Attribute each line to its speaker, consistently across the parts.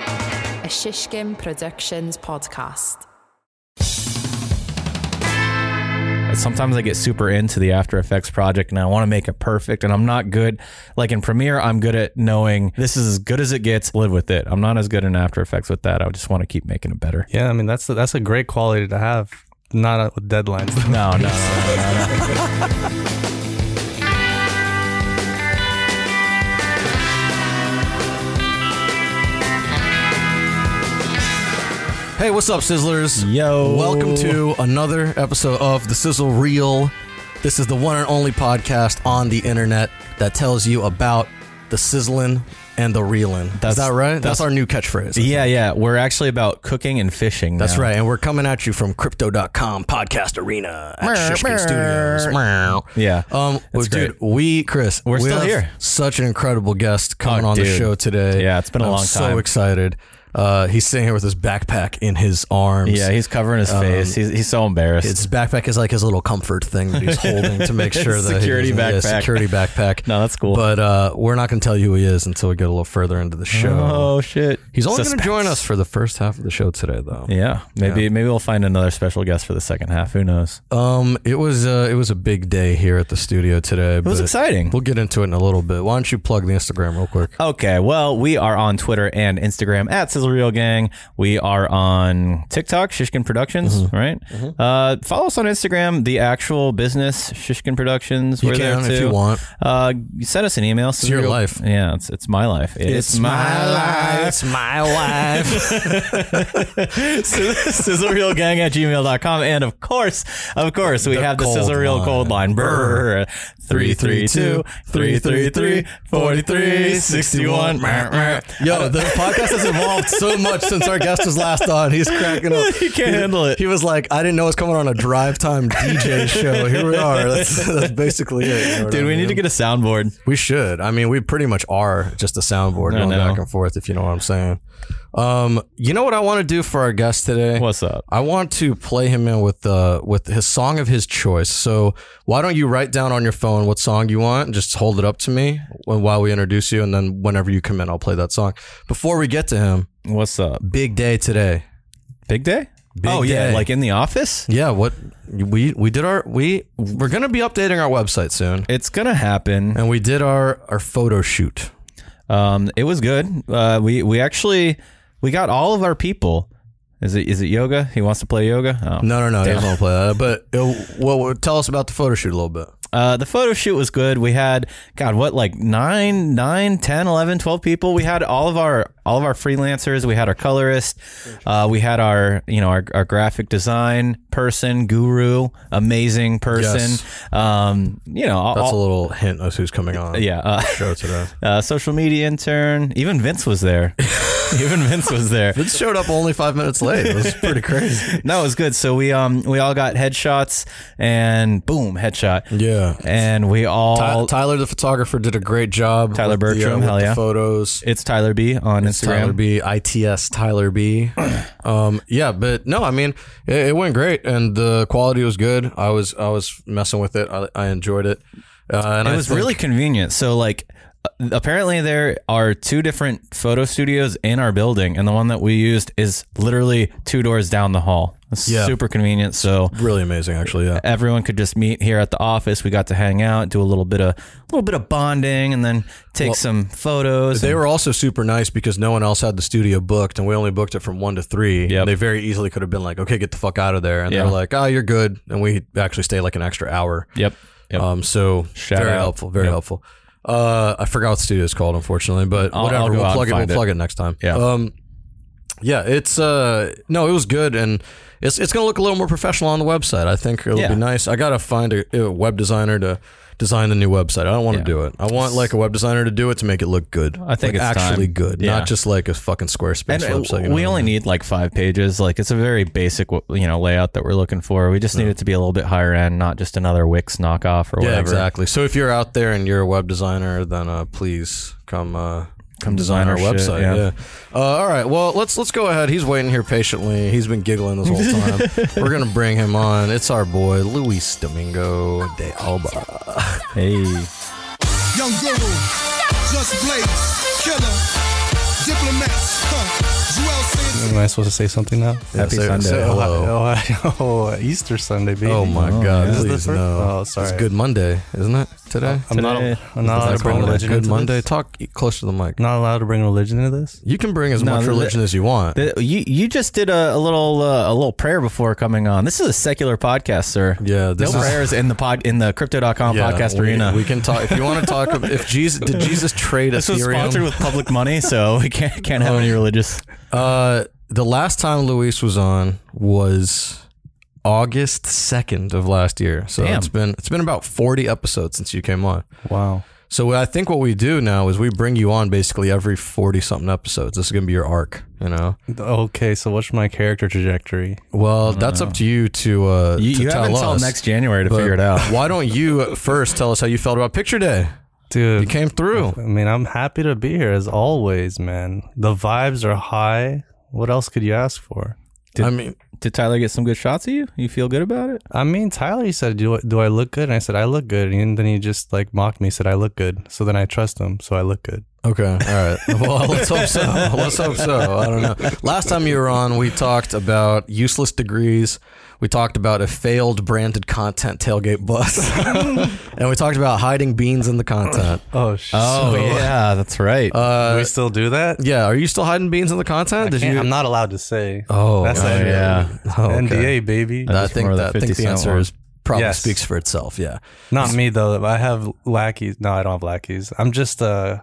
Speaker 1: a Shishkin Productions podcast.
Speaker 2: Sometimes I get super into the After Effects project and I want to make it perfect and I'm not good. Like in Premiere, I'm good at knowing this is as good as it gets, live with it. I'm not as good in After Effects with that. I just want to keep making it better.
Speaker 3: Yeah, I mean that's that's a great quality to have. Not with deadlines.
Speaker 2: No, no, no, no, no.
Speaker 4: Hey, what's up, Sizzlers?
Speaker 2: Yo.
Speaker 4: Welcome to another episode of The Sizzle Reel. This is the one and only podcast on the internet that tells you about the sizzling and the reeling.
Speaker 2: That's-
Speaker 4: is that right? That's,
Speaker 2: that's-
Speaker 4: our new catchphrase.
Speaker 2: Yeah, yeah. We're actually about cooking and fishing.
Speaker 4: That's
Speaker 2: now.
Speaker 4: right. And we're coming at you from crypto.com podcast arena at
Speaker 2: Meow,
Speaker 4: Shishkin
Speaker 2: meow.
Speaker 4: Studios. Meow.
Speaker 2: Yeah.
Speaker 4: Um, well, dude,
Speaker 2: great.
Speaker 4: we, Chris,
Speaker 2: We're
Speaker 4: we
Speaker 2: still
Speaker 4: have
Speaker 2: here.
Speaker 4: Such an incredible guest coming
Speaker 2: Oh,
Speaker 4: on the
Speaker 2: dude.
Speaker 4: show today.
Speaker 2: Yeah, it's been a
Speaker 4: I'm
Speaker 2: long
Speaker 4: so
Speaker 2: time.
Speaker 4: excited. Uh, he's sitting here with his backpack in his arms.
Speaker 2: Yeah, he's covering his face. He's, he's so embarrassed.
Speaker 4: His backpack is like his little comfort thing that he's holding to make sure that he
Speaker 2: Security
Speaker 4: doesn't- yeah,
Speaker 2: backpack.
Speaker 4: security backpack.
Speaker 2: No, that's cool.
Speaker 4: But uh, we're not going to tell you who he is until we get a little further into the show.
Speaker 2: oh shit.
Speaker 4: He's only going to
Speaker 2: Suspects.
Speaker 4: join us for the first half of the show today, though.
Speaker 2: Yeah, maybe maybe we'll find another special guest for the second half. Who knows?
Speaker 4: Um, it was uh, it was a big day here at the studio today.
Speaker 2: It was exciting.
Speaker 4: We'll get into it in a little bit. Why don't you plug the Instagram real quick?
Speaker 2: Okay, well, we are on Twitter and Instagram at Sizzle Reel Gang. We are on TikTok, Shishkin Productions,
Speaker 4: Mm-hmm.
Speaker 2: right? Uh, follow us on Instagram, the actual business, Shishkin Productions.
Speaker 4: You
Speaker 2: We're there
Speaker 4: can
Speaker 2: too.
Speaker 4: if you want.
Speaker 2: Uh, send us an email. It's
Speaker 4: your life.
Speaker 2: Yeah, it's, it's my life. It's,
Speaker 4: It's my life.
Speaker 2: Sizzle Reel Gang at gmail.com. And of course, of course, we
Speaker 4: The
Speaker 2: have the
Speaker 4: cold
Speaker 2: Sizzle Reel
Speaker 4: line.
Speaker 2: cold line. Brr. 332 333 43 61.
Speaker 4: Yo, the podcast has evolved so much since our guest was last on. He's cracking up.
Speaker 2: He can't handle it.
Speaker 4: He was like, I didn't know it was coming on a drive time DJ show. Here we are. That's, that's basically it. you know what I
Speaker 2: Dude, we
Speaker 4: mean?
Speaker 2: need to get a soundboard.
Speaker 4: We should. I mean, we pretty much are just a soundboard
Speaker 2: I
Speaker 4: going
Speaker 2: know.
Speaker 4: back and forth, if you know what I'm saying. Um, you know what I want to do for our guest today?
Speaker 2: What's up?
Speaker 4: I want to play him in with uh, with his song of his choice. So why don't you write down on your phone what song you want and just hold it up to me when- while we introduce you, and then whenever you come in, I'll play that song. Before we get to him,
Speaker 2: What's up?
Speaker 4: big day today.
Speaker 2: Big day?
Speaker 4: Big
Speaker 2: oh, yeah.
Speaker 4: day.
Speaker 2: Like in the office?
Speaker 4: Yeah, what we we did our we we're gonna be updating our website soon,
Speaker 2: It's going to happen.
Speaker 4: and we did our our photo shoot.
Speaker 2: Um, it was good. Uh, we, we actually we got all of our people. Is it is it yoga? He wants to play yoga? Oh.
Speaker 4: No, no, no. He doesn't want to play that. But it, well, well, tell us about the photo shoot a little bit.
Speaker 2: Uh, the photo shoot was good. We had, God, what, like nine, nine, 10, 11, 12 people. We had all of our, all of our freelancers. We had our colorist. Uh, we had our, you know, our, our graphic design person, guru, amazing person. Um, you know, all,
Speaker 4: That's a
Speaker 2: all-
Speaker 4: little hint of who's coming on.
Speaker 2: yeah. Uh,
Speaker 4: the show today.
Speaker 2: uh, social media intern. Even Vince was there. Even Vince was there.
Speaker 4: It showed up only five minutes late. It was pretty crazy.
Speaker 2: No, it was good. So we um we all got headshots and boom headshot.
Speaker 4: Yeah.
Speaker 2: And we all
Speaker 4: Ty- Tyler, the photographer, did a great job.
Speaker 2: Tyler
Speaker 4: with the, uh,
Speaker 2: Bertram,
Speaker 4: with
Speaker 2: hell
Speaker 4: the
Speaker 2: yeah.
Speaker 4: photos.
Speaker 2: it's Tyler B on Instagram.
Speaker 4: Tyler B, ITS Tyler B. um, yeah, but no, I mean, it, it went great, and the quality was good. I was I was messing with it. I, I enjoyed it. Uh, and I
Speaker 2: it was
Speaker 4: think-
Speaker 2: really convenient. So like uh, apparently there are two different photo studios in our building and the one that we used is literally two doors down the hall. It's
Speaker 4: Yeah.
Speaker 2: super convenient. So
Speaker 4: really amazing, actually. Yeah.
Speaker 2: everyone could just meet here at the office. We got to hang out, do a little bit of a little bit of bonding and then take some photos.
Speaker 4: They
Speaker 2: and-
Speaker 4: were also super nice because no one else had the studio booked, and we only booked it from one to three.
Speaker 2: Yep.
Speaker 4: They very easily could have been like, "Okay, get the fuck out of there," and
Speaker 2: Yeah.
Speaker 4: they're like, "Oh, you're good," and we actually stayed like an extra hour.
Speaker 2: Yep. Yep.
Speaker 4: Um, so
Speaker 2: Shout
Speaker 4: very
Speaker 2: out.
Speaker 4: helpful, very
Speaker 2: Yep.
Speaker 4: helpful. Uh, I forgot what the studio is called, unfortunately, but
Speaker 2: I'll-
Speaker 4: whatever.
Speaker 2: I'll go
Speaker 4: we'll
Speaker 2: out
Speaker 4: plug it.
Speaker 2: and
Speaker 4: We'll
Speaker 2: find it.
Speaker 4: plug it next time.
Speaker 2: Yeah.
Speaker 4: Um, yeah, it's uh, no, it was good, and it's it's gonna look a little more professional on the website. I think it'll
Speaker 2: Yeah.
Speaker 4: be nice. I gotta find a, a web designer to design the new website. I don't want to
Speaker 2: Yeah.
Speaker 4: do it. I want like a web designer to do it to make it look good.
Speaker 2: I think
Speaker 4: like,
Speaker 2: it's
Speaker 4: actually
Speaker 2: time.
Speaker 4: good,
Speaker 2: Yeah.
Speaker 4: not just like a fucking
Speaker 2: And
Speaker 4: Squarespace
Speaker 2: uh,
Speaker 4: website. you know?
Speaker 2: we only need like five pages. Like it's a very basic, w- you know, layout that we're looking for. We just need it to be a little bit higher end, not just another Wix knockoff or
Speaker 4: yeah,
Speaker 2: whatever.
Speaker 4: exactly. So if you're out there and you're a web designer, then uh, please come uh, come design our
Speaker 2: design our shit,
Speaker 4: website.
Speaker 2: yeah.
Speaker 4: yeah. Uh, all right. Well, let's let's go ahead. He's waiting here patiently. He's been giggling this whole time. We're gonna bring him on. It's our boy Luis Domingo de Alba.
Speaker 2: Hey.
Speaker 5: Young Guru, Just Blaze, Killer, diplomats. Huh. Joel Santana.
Speaker 3: Am I supposed to say something now?
Speaker 2: Happy
Speaker 4: say-
Speaker 2: Sunday.
Speaker 4: say hello.
Speaker 3: Oh, I- oh, Easter Sunday, baby.
Speaker 4: Oh my
Speaker 2: Oh,
Speaker 4: God!
Speaker 2: yeah.
Speaker 3: Is this the
Speaker 4: Please
Speaker 3: first-
Speaker 4: no.
Speaker 3: oh, sorry.
Speaker 4: It's Good Monday, isn't it? Today.
Speaker 3: I'm not,
Speaker 2: Today-
Speaker 3: I'm not
Speaker 2: Is
Speaker 3: allowed
Speaker 2: this
Speaker 3: to bring
Speaker 2: Monday?
Speaker 3: religion
Speaker 4: Good
Speaker 3: into
Speaker 4: Monday.
Speaker 3: This.
Speaker 4: Talk close to the mic.
Speaker 3: Not allowed to bring religion into this.
Speaker 4: You can bring as
Speaker 2: No,
Speaker 4: much
Speaker 2: the-
Speaker 4: religion as you want.
Speaker 2: The- you you just did a, a little uh, a little prayer before coming on. This is a secular podcast, sir.
Speaker 4: Yeah,
Speaker 2: no
Speaker 4: this is-
Speaker 2: prayers in the pod in the crypto.com
Speaker 4: Yeah,
Speaker 2: podcast
Speaker 4: we-
Speaker 2: arena.
Speaker 4: We can talk if you want to talk. ab- If Jesus did Jesus trade
Speaker 2: this was
Speaker 4: Ethereum? Oh.
Speaker 2: sponsored with public money, so we can't can't have any religious.
Speaker 4: uh, the last time Luis was on was August second of last year. So
Speaker 2: Damn.
Speaker 4: it's been it's been about forty episodes since you came on.
Speaker 3: Wow.
Speaker 4: So I think what we do now is we bring you on basically every forty something episodes. This is gonna be your arc, you know.
Speaker 3: Okay, so what's my character trajectory?
Speaker 4: Well, that's up to you to uh,
Speaker 2: Mm. You,
Speaker 4: to
Speaker 2: you have
Speaker 4: tell
Speaker 2: until
Speaker 4: us.
Speaker 2: next January to
Speaker 4: but
Speaker 2: figure it out.
Speaker 4: Why don't you first tell us how you felt about Picture Day? You
Speaker 3: Dude,
Speaker 4: came
Speaker 2: Oh,
Speaker 4: through.
Speaker 3: I mean, I'm happy to be here as always, man. The vibes are high. What else could you ask for?
Speaker 4: I mean,
Speaker 2: Did Tyler get some good shots of you? You feel good about it?
Speaker 3: I mean, Tyler, he said, do I, do I look good? And I said, I look good. And then he just like mocked me, said, I look good. So then I trust him. So I look good.
Speaker 4: Okay. All right. Well, let's hope so. Let's hope so. I don't know. Last time you were on, we talked about useless degrees. We talked about a failed branded content tailgate bus. and we talked about hiding beans in the content.
Speaker 3: Oh, shit.
Speaker 2: Oh yeah, that's right.
Speaker 4: Uh,
Speaker 3: we still do that?
Speaker 4: yeah. Are you still hiding beans in the content? Did
Speaker 3: Can't-
Speaker 4: you?
Speaker 3: I'm not allowed to say.
Speaker 4: oh,
Speaker 3: That's
Speaker 4: okay.
Speaker 3: not-
Speaker 2: yeah.
Speaker 4: Oh, okay.
Speaker 3: NDA, baby.
Speaker 4: I
Speaker 2: just
Speaker 4: think,
Speaker 2: remember
Speaker 4: that,
Speaker 2: that
Speaker 4: I think
Speaker 2: 50 cent
Speaker 4: the answer
Speaker 2: one.
Speaker 4: is probably
Speaker 3: Yes.
Speaker 4: speaks for itself. Yeah.
Speaker 3: Not me though. I have lackeys. No, I don't have lackeys. I'm just uh,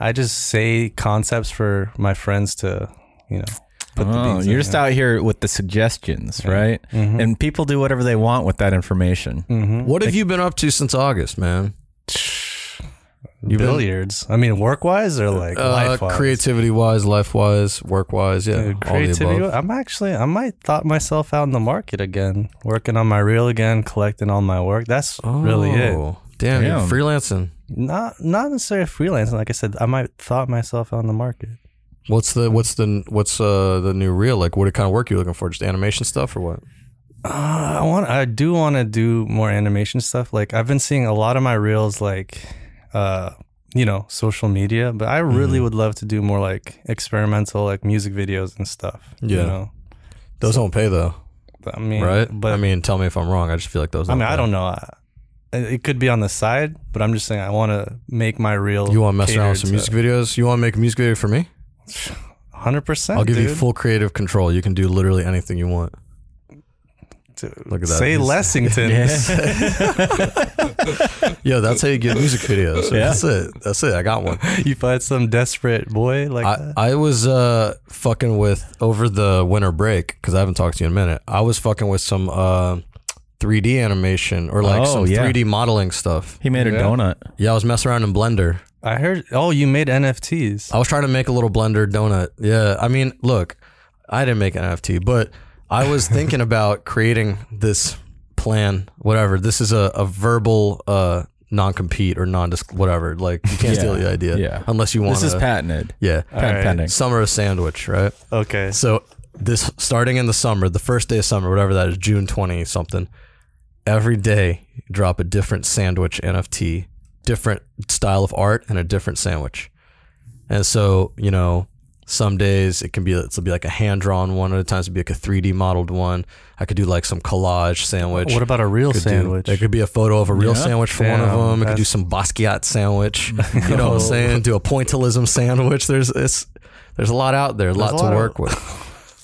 Speaker 3: I just say concepts for my friends to, you know, put the
Speaker 2: Oh,
Speaker 3: beats.
Speaker 2: you're just out here with the suggestions, right? And people do whatever they want with that information.
Speaker 3: Hmm?
Speaker 4: What have you been up to since August, man?
Speaker 3: you billiards. I mean, work wise or like
Speaker 4: Uh,
Speaker 3: life wise.
Speaker 4: creativity wise, life wise, work wise. Yeah. all the
Speaker 3: Creativity.
Speaker 4: above.
Speaker 3: I'm actually. I might thought myself out in the market again, working on my reel again, collecting all my work. That's really it.
Speaker 4: Oh, Damn, you're
Speaker 2: Damn.
Speaker 4: freelancing.
Speaker 3: Not not necessarily freelancing. Like I said, I might thought myself out in the market.
Speaker 4: What's the what's the what's uh the new reel like? What kind of work you looking for? Just animation stuff or what?
Speaker 3: I want I do want to do more animation stuff. Like I've been seeing a lot of my reels like uh you know, social media, but I
Speaker 4: Mm-hmm.
Speaker 3: really would love to do more like experimental like music videos and stuff. You
Speaker 4: Yeah.
Speaker 3: know.
Speaker 4: Those don't pay though,
Speaker 3: But, I mean,
Speaker 4: right?
Speaker 3: but
Speaker 4: I mean, tell me if I'm wrong. I just feel like those.
Speaker 3: I mean,
Speaker 4: don't
Speaker 3: I
Speaker 4: pay.
Speaker 3: don't know. I, it could be on the side, but I'm just saying I want to make my reel
Speaker 4: You want to mess around
Speaker 3: catered
Speaker 4: with some
Speaker 3: to-
Speaker 4: music videos? You want to make a music video for me?
Speaker 3: 100%.
Speaker 4: I'll give you
Speaker 3: dude.
Speaker 4: full creative control. You can do literally anything you want.
Speaker 3: Dude,
Speaker 4: Look at that.
Speaker 3: Say
Speaker 4: He's-
Speaker 3: Lexington.
Speaker 4: Yeah, that's how you get music videos. That's it. That's it. I got one.
Speaker 3: you find some desperate boy like
Speaker 4: I,
Speaker 3: that.
Speaker 4: I was uh, fucking with over the winter break because I haven't talked to you in a minute. I was fucking with some uh, 3D animation or like
Speaker 2: Oh,
Speaker 4: some
Speaker 2: yeah.
Speaker 4: 3D modeling stuff.
Speaker 2: He made a donut.
Speaker 4: Yeah, I was messing around in Blender.
Speaker 3: I heard oh, you made NFTs.
Speaker 4: I was trying to make a little blender donut. Yeah. I mean, look, I didn't make an NFT, but I was thinking about creating this plan, whatever. This is a, a verbal uh, non compete or non whatever. Like, you can't steal
Speaker 2: Yeah.
Speaker 4: the idea
Speaker 2: Yeah.
Speaker 4: unless you want
Speaker 2: This is patented.
Speaker 4: Yeah.
Speaker 2: Patent
Speaker 3: right.
Speaker 2: pending.
Speaker 4: Summer of sandwich, right?
Speaker 3: Okay.
Speaker 4: So, this starting in the summer, the first day of summer, whatever that is, June 20 something, every day drop a different sandwich NFT, different style of art, and a different sandwich. And so, you know, some days it can be it'll be like a hand drawn one, other times it'll be like a 3D modeled one. I could do like some collage sandwich.
Speaker 3: What about a real
Speaker 4: Could do-
Speaker 3: sandwich?
Speaker 4: There could be a photo of a real sandwich for one
Speaker 3: Damn,
Speaker 4: of them. It could do
Speaker 3: that's-
Speaker 4: some Basquiat sandwich. You know what I'm saying? Do a pointillism sandwich. There's it's there's a lot out there, a lot
Speaker 3: a
Speaker 4: to
Speaker 3: lot
Speaker 4: work with.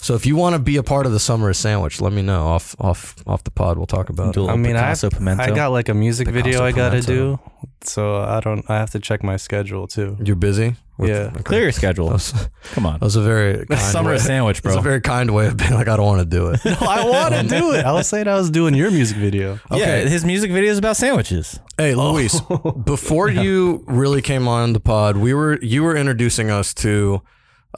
Speaker 4: So if you want to be a part of the summer of sandwich, let me know off off off the pod. We'll talk about it.
Speaker 2: Do a
Speaker 3: I
Speaker 2: little
Speaker 3: mean, I,
Speaker 2: Picasso pimento.
Speaker 3: I got like a music
Speaker 4: Picasso
Speaker 3: video I gotta
Speaker 4: pimento.
Speaker 3: do, so I don't. I have to check my schedule too.
Speaker 4: You're busy. With-
Speaker 3: Yeah.
Speaker 4: okay.
Speaker 2: Clear your schedule.
Speaker 4: That was-
Speaker 2: Come on.
Speaker 4: that was a very kind
Speaker 2: Summer
Speaker 4: way.
Speaker 2: sandwich,
Speaker 4: That's
Speaker 2: bro.
Speaker 4: a very kind way of being like I don't want to do it.
Speaker 3: I want to do it. I was saying I was doing your music video.
Speaker 4: Oh,
Speaker 2: Yeah, his music video is about sandwiches.
Speaker 4: Hey Luis, before you really came on the pod, we were you were introducing us to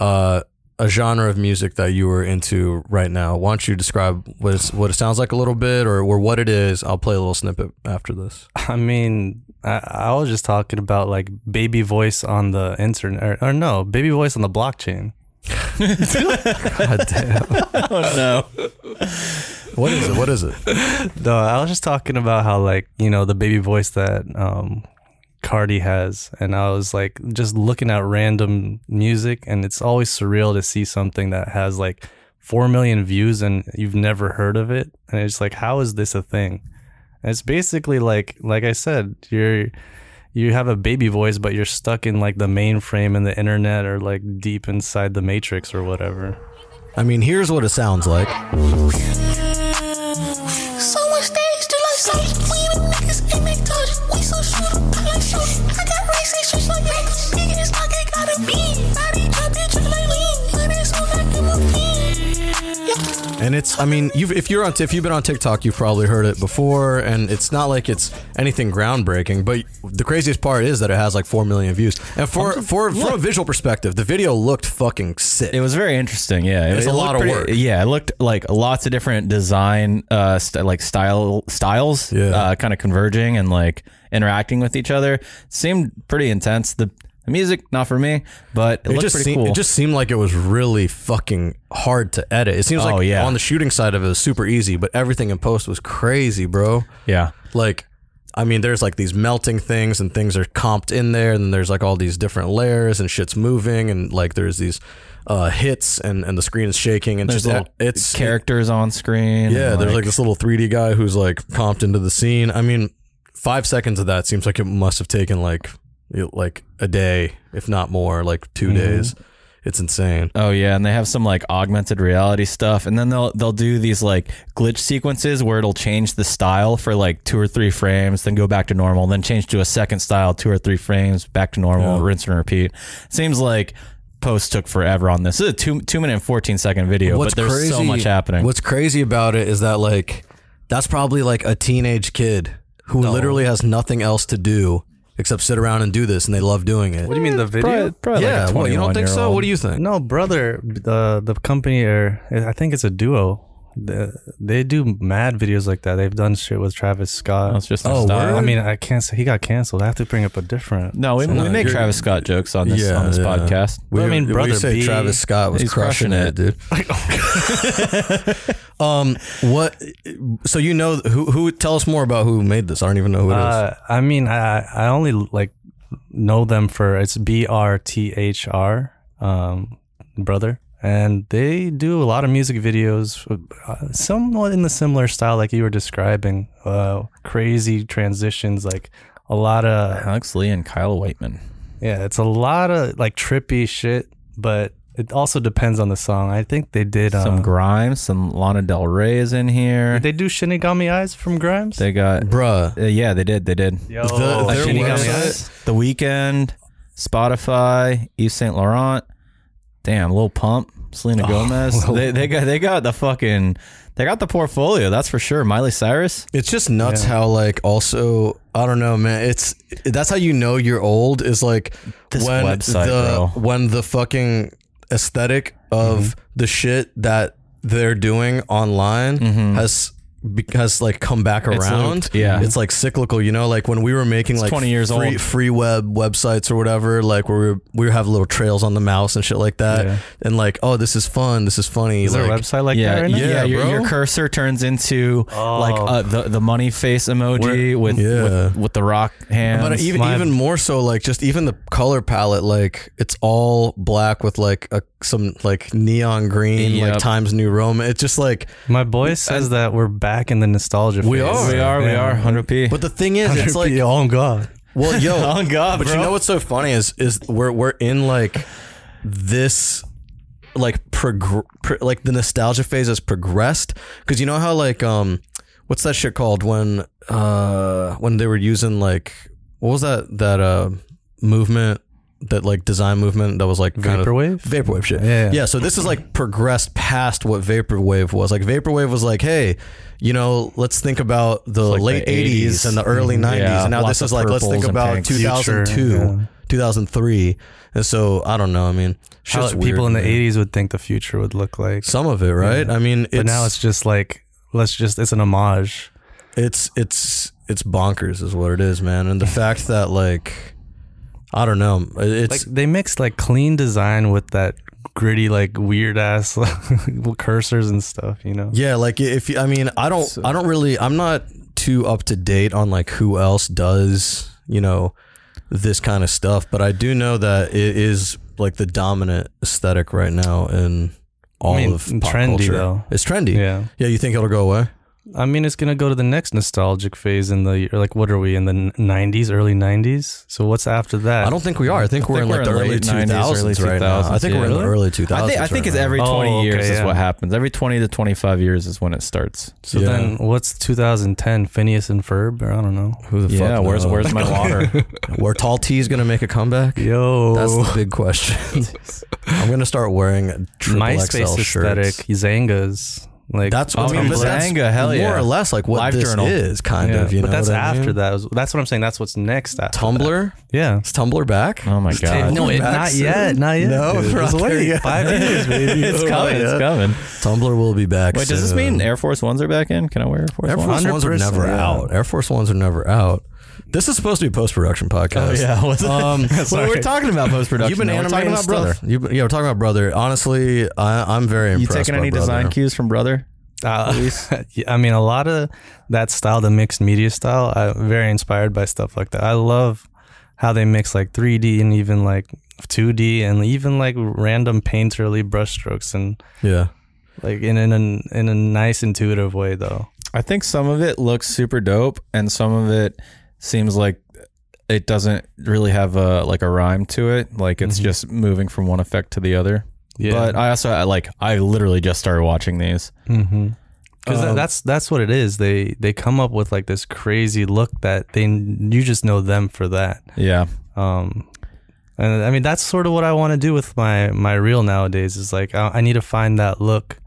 Speaker 4: uh, a genre of music that you were into right now. Why don't you describe what it's, what it sounds like a little bit, or, or what it is? I'll play a little snippet after this.
Speaker 3: I mean, I, I was just talking about like baby voice on the internet, or, or no, baby voice on the blockchain.
Speaker 4: God damn,
Speaker 2: Oh no.
Speaker 4: what is it? What is it?
Speaker 3: No, I was just talking about how like you know the baby voice that um, Cardi has, and I was like just looking at random music, and it's always surreal to see something that has like four million views and you've never heard of it, and it's like how is this a thing? And it's basically like like I said, you're you have a baby voice, but you're stuck in like the mainframe and the internet, or like deep inside the matrix or whatever.
Speaker 4: I mean, here's what it sounds like.
Speaker 6: So much stage to like some We even niggas in they touch We so shoot I like shoot I got racy shoes like niggas Big as like it gotta be Body drop it drip like lean But it's so like I'm a fiend
Speaker 4: And it's, I mean, you've, if you're on, if you've been on TikTok, you've probably heard it before, and it's not like it's anything groundbreaking. But the craziest part is that it has like four million views, and for for from a visual perspective, the video looked fucking sick.
Speaker 2: It was very interesting. Yeah, it
Speaker 4: It's a
Speaker 2: looked
Speaker 4: lot of
Speaker 2: pretty-
Speaker 4: work.
Speaker 2: Yeah, it looked like lots of different design, uh, st- like style styles,
Speaker 4: Yeah.
Speaker 2: uh, kind of converging and like interacting with each other. Seemed pretty intense. The, the music, not for me, but it,
Speaker 4: It
Speaker 2: looked
Speaker 4: just,
Speaker 2: pretty
Speaker 4: seem-
Speaker 2: cool.
Speaker 4: it just seemed like it was really fucking hard to edit. It seems
Speaker 2: Oh,
Speaker 4: like
Speaker 2: yeah.
Speaker 4: on the shooting side of it was super easy, but everything in post was crazy, bro.
Speaker 2: yeah,
Speaker 4: Like, I mean, there's like these melting things and things are comped in there, and then there's like all these different layers and shit's moving, and like there's these uh, hits and, and the screen is shaking and
Speaker 2: there's
Speaker 4: just
Speaker 2: little
Speaker 4: it's
Speaker 2: characters on screen.
Speaker 4: Yeah,
Speaker 2: and,
Speaker 4: there's like this little 3D guy who's like comped into the scene. I mean, five seconds of that seems like it must have taken like you know, like a day, if not more, like 2 days. It's insane.
Speaker 2: Oh yeah, and they have some like augmented reality stuff, and then they'll they'll do these like glitch sequences where it'll change the style for like two or three frames, then go back to normal, then change to a second style, two or three frames, back to normal, rinse and repeat. Seems like post took forever on this. This is a two two minute and fourteen second video, but there's so much happening.
Speaker 4: What's crazy about it is that like that's probably like a teenage kid who literally has nothing else to do except sit around and do this, and they love doing it.
Speaker 3: What do you mean the Eh, video?
Speaker 2: Probably- probably like
Speaker 4: yeah,
Speaker 2: a
Speaker 4: well, you don't think so?
Speaker 2: 21-year-old.
Speaker 4: What do you think?
Speaker 3: No, brother, the the company or I think it's a duo. They, they do mad videos like that. They've done shit with Travis Scott.
Speaker 2: That's just their Oh, style.
Speaker 3: I
Speaker 2: word?
Speaker 3: mean, I can't say he got canceled. I have to bring up a different.
Speaker 2: No, we, we make Travis Scott jokes on this
Speaker 4: Yeah,
Speaker 2: on this
Speaker 4: yeah.
Speaker 2: podcast.
Speaker 4: We,
Speaker 3: I mean,
Speaker 4: we
Speaker 3: brother
Speaker 4: say
Speaker 3: B,
Speaker 4: Travis Scott was
Speaker 2: he's
Speaker 4: crushing,
Speaker 2: crushing
Speaker 4: it, dude. um, what? So you know who? Who? Tell us more about who made this. I don't even know who it is.
Speaker 3: Uh, I mean, I I only like know them for it's B R T H R, um, brother, and they do a lot of music videos, uh, somewhat in the similar style like you were describing, uh, crazy transitions, like a lot of
Speaker 2: Alex Lee and Kyle Whiteman.
Speaker 3: Yeah, it's a lot of like trippy shit, but it also depends on the song. I think they did
Speaker 2: Some
Speaker 3: um,
Speaker 2: Grimes, some Lana Del Rey is in here.
Speaker 3: they do Shinigami Eyes from Grimes.
Speaker 2: They got
Speaker 4: Bruh,
Speaker 2: Uh, yeah, they did. They did.
Speaker 3: Yo,
Speaker 4: The- their
Speaker 3: Shinigami
Speaker 4: website-
Speaker 3: Eyes.
Speaker 2: The Weekend, Spotify, Yves Saint Laurent, damn, Lil Pump,
Speaker 3: Oh,
Speaker 2: Selena Gomez. They, they got they got the fucking they got the portfolio. That's for sure. Miley Cyrus.
Speaker 4: it's just nuts how like also I don't know, man. It's that's how you know you're old is like
Speaker 2: This
Speaker 4: when
Speaker 2: website,
Speaker 4: the
Speaker 2: bro. Mm-hmm.
Speaker 4: when the fucking aesthetic of the shit that they're doing online has. Because like come back around,
Speaker 2: Mm-hmm. looped, yeah.
Speaker 4: It's like cyclical, you know. Like when we were making like
Speaker 2: 20 years
Speaker 4: free,
Speaker 2: old.
Speaker 4: free web websites or whatever, like where we were, we have little trails on the mouse and shit like that,
Speaker 3: Yeah.
Speaker 4: and like oh this is fun, this is funny.
Speaker 3: Is there a
Speaker 4: like,
Speaker 3: website like that
Speaker 2: Yeah,
Speaker 3: right now? Oh.
Speaker 2: yeah.
Speaker 4: Yeah,
Speaker 2: your,
Speaker 4: bro.
Speaker 2: your cursor turns into like uh, the the money face emoji with,
Speaker 4: Yeah.
Speaker 2: with with the rock
Speaker 3: uh,
Speaker 2: hand.
Speaker 4: But even even more so, like just even the color palette, like it's all black with like a some like neon green, like
Speaker 2: Yep.
Speaker 4: Times New Roman. It's just like.
Speaker 3: My boy says that we're back in the nostalgia phase.
Speaker 4: We are.
Speaker 2: we are we
Speaker 3: Yeah.
Speaker 2: are hundred p.
Speaker 4: But the thing is, it's like,
Speaker 3: oh god.
Speaker 4: well, yo,
Speaker 2: Oh, God,
Speaker 4: But you
Speaker 2: bro.
Speaker 4: know what's so funny is is we're we're in like this like progr- pr- like the nostalgia phase has progressed because you know how like um what's that shit called when uh when they were using like what was that that uh movement that like design movement that was like kind of
Speaker 3: Vaporwave?
Speaker 4: vaporwave shit
Speaker 3: Yeah, yeah.
Speaker 4: yeah so this is like progressed past what vaporwave was like vaporwave was like hey you know let's think about the Mm-hmm.
Speaker 2: like the
Speaker 4: late 80s,
Speaker 2: 80s.
Speaker 4: and the early 90s
Speaker 2: Yeah,
Speaker 4: and now
Speaker 2: lots
Speaker 4: this
Speaker 2: of
Speaker 4: is like let's
Speaker 2: purples
Speaker 4: think
Speaker 2: and
Speaker 4: about
Speaker 2: pinks.
Speaker 4: 2002
Speaker 3: Future, yeah.
Speaker 4: 2003 and so i don't know i mean
Speaker 3: How
Speaker 4: shit's
Speaker 3: people
Speaker 4: weird,
Speaker 3: in the
Speaker 4: man.
Speaker 3: '80s would think the future would look like,
Speaker 4: some of it right i mean it's,
Speaker 3: but now it's just like let's just it's an homage.
Speaker 4: it's it's it's bonkers is what it is man and the fact that like i don't know
Speaker 3: like
Speaker 4: it's
Speaker 3: they mixed like clean design with that gritty like weird ass cursors and stuff you know
Speaker 4: Yeah, like if you, I mean, I don't, I don't really, I'm not too up to date on like who else does, you know, this kind of stuff, but I do know that it is like the dominant aesthetic right now in all
Speaker 3: mean,
Speaker 4: of pop
Speaker 3: trendy,
Speaker 4: culture.
Speaker 3: though.
Speaker 4: It's trendy.
Speaker 3: Yeah.
Speaker 4: Yeah, you think it'll go away?
Speaker 3: I mean, it's gonna go to the next nostalgic phase in the or like what are we in the n- '90s, early '90s? So what's after that?
Speaker 4: I don't think we are. I think we're
Speaker 2: think
Speaker 4: in
Speaker 2: we're
Speaker 4: like the
Speaker 2: in
Speaker 4: early
Speaker 2: late 90s,
Speaker 4: 2000s,
Speaker 2: early
Speaker 4: right now. I
Speaker 2: 2000s,
Speaker 4: think we're in the
Speaker 2: yeah.
Speaker 4: early 2000s.
Speaker 2: I think I think
Speaker 4: right
Speaker 2: it's
Speaker 4: now.
Speaker 2: every
Speaker 3: Oh,
Speaker 2: 20 years
Speaker 3: okay,
Speaker 2: is
Speaker 3: yeah.
Speaker 2: what happens. Every 20 to 25 years is when it starts.
Speaker 3: So
Speaker 4: Yeah.
Speaker 3: then what's 2010? Phineas and Ferb? Or I don't know.
Speaker 4: Who the
Speaker 2: yeah,
Speaker 4: fuck
Speaker 2: where's
Speaker 4: knows?
Speaker 2: where's my water?
Speaker 4: Where Tall T's gonna make a comeback?
Speaker 3: Yo,
Speaker 4: That's the big question. I'm gonna start wearing triple
Speaker 3: MySpace
Speaker 4: XL
Speaker 3: aesthetic,
Speaker 4: shirts.
Speaker 3: Zangas. Like
Speaker 4: That's what
Speaker 2: Oh,
Speaker 4: I'm
Speaker 2: but
Speaker 4: that's
Speaker 2: Zanga, hell
Speaker 4: more
Speaker 2: yeah.
Speaker 4: or less like what
Speaker 2: Live
Speaker 4: this
Speaker 2: Journal.
Speaker 4: is kind
Speaker 3: Yeah,
Speaker 4: of. You
Speaker 3: but
Speaker 4: know
Speaker 3: that's
Speaker 4: what I mean?
Speaker 3: after that. That's what I'm saying. That's what's next. After That.
Speaker 4: Tumblr.
Speaker 3: Yeah.
Speaker 4: Is Tumblr back?
Speaker 2: Oh my god.
Speaker 3: No, it,
Speaker 4: back
Speaker 3: not
Speaker 4: soon.
Speaker 3: yet. Not yet.
Speaker 4: No,
Speaker 3: dude.
Speaker 4: we're
Speaker 3: Just
Speaker 4: not there
Speaker 3: wait.
Speaker 4: yet.
Speaker 3: Five years, baby.
Speaker 2: It's coming. It's coming.
Speaker 4: Oh Tumblr will be back.
Speaker 2: Wait, does this
Speaker 4: soon.
Speaker 2: mean Air Force Ones are back in? Can I wear Air Force
Speaker 4: Air
Speaker 2: Ones?
Speaker 4: Force Ones are
Speaker 3: 100%,
Speaker 4: never
Speaker 3: yeah.
Speaker 4: out? Air Force Ones are never out. This is supposed to be post production podcast. Um,
Speaker 2: Well, we're talking about post production.
Speaker 4: You've been
Speaker 2: we're talking
Speaker 4: animating
Speaker 2: about
Speaker 4: stuff.
Speaker 2: brother.
Speaker 4: You've been- yeah, we're talking about brother. Honestly, I, I'm very
Speaker 2: You
Speaker 4: impressed.
Speaker 2: taking
Speaker 4: by
Speaker 2: any
Speaker 4: brother.
Speaker 2: design cues from brother?
Speaker 3: Uh, yeah, I mean, a lot of that style, the mixed media style, I'm very inspired by stuff like that. I love how they mix like 3D and even like 2D and even like random painterly brushstrokes and
Speaker 4: Yeah.
Speaker 3: like in in a, in a nice intuitive way though.
Speaker 2: I think some of it looks super dope, and some of it seems like it doesn't really have a like a rhyme to it. Like it's
Speaker 4: Mm-hmm.
Speaker 2: just moving from one effect to the other.
Speaker 3: Yeah.
Speaker 2: But I also I like I literally just started watching these.
Speaker 3: Mm-hmm. Because that's that's what it is. They they come up with like this crazy look that they you just know them for that.
Speaker 2: Yeah,
Speaker 3: um and i mean that's sort of what i want to do with my my reel nowadays is like I, I need to find that look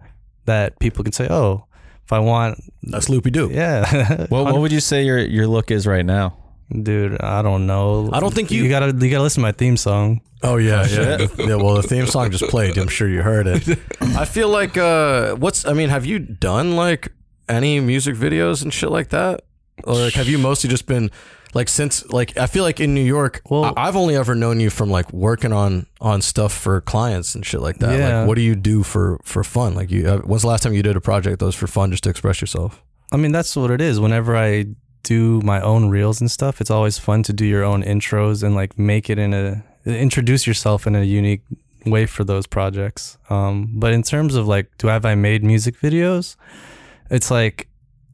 Speaker 3: that people can say oh if i want
Speaker 4: That's loopy doo.
Speaker 3: yeah
Speaker 2: What, what would you say your your look is right now?
Speaker 3: dude i don't know
Speaker 4: I don't think you-
Speaker 3: you gotta you gotta listen to my theme song
Speaker 4: Oh yeah, yeah. yeah. Well, the theme song just played. I'm sure you heard it. I feel like uh, what's? I mean, have you done like any music videos and shit like that? Or like, have you mostly just been like since like I feel like in New York,
Speaker 3: Well-
Speaker 4: I- I've only ever known you from like working on on stuff for clients and shit like that.
Speaker 3: Yeah.
Speaker 4: Like, what do you do for for fun? Like, you uh, when's the last time you did a project that was for fun, just to express yourself?
Speaker 3: i mean that's what it is whenever i do my own reels and stuff it's always fun to do your own intros and like make it in a introduce yourself in a unique way for those projects um but in terms of like do have i made music videos it's like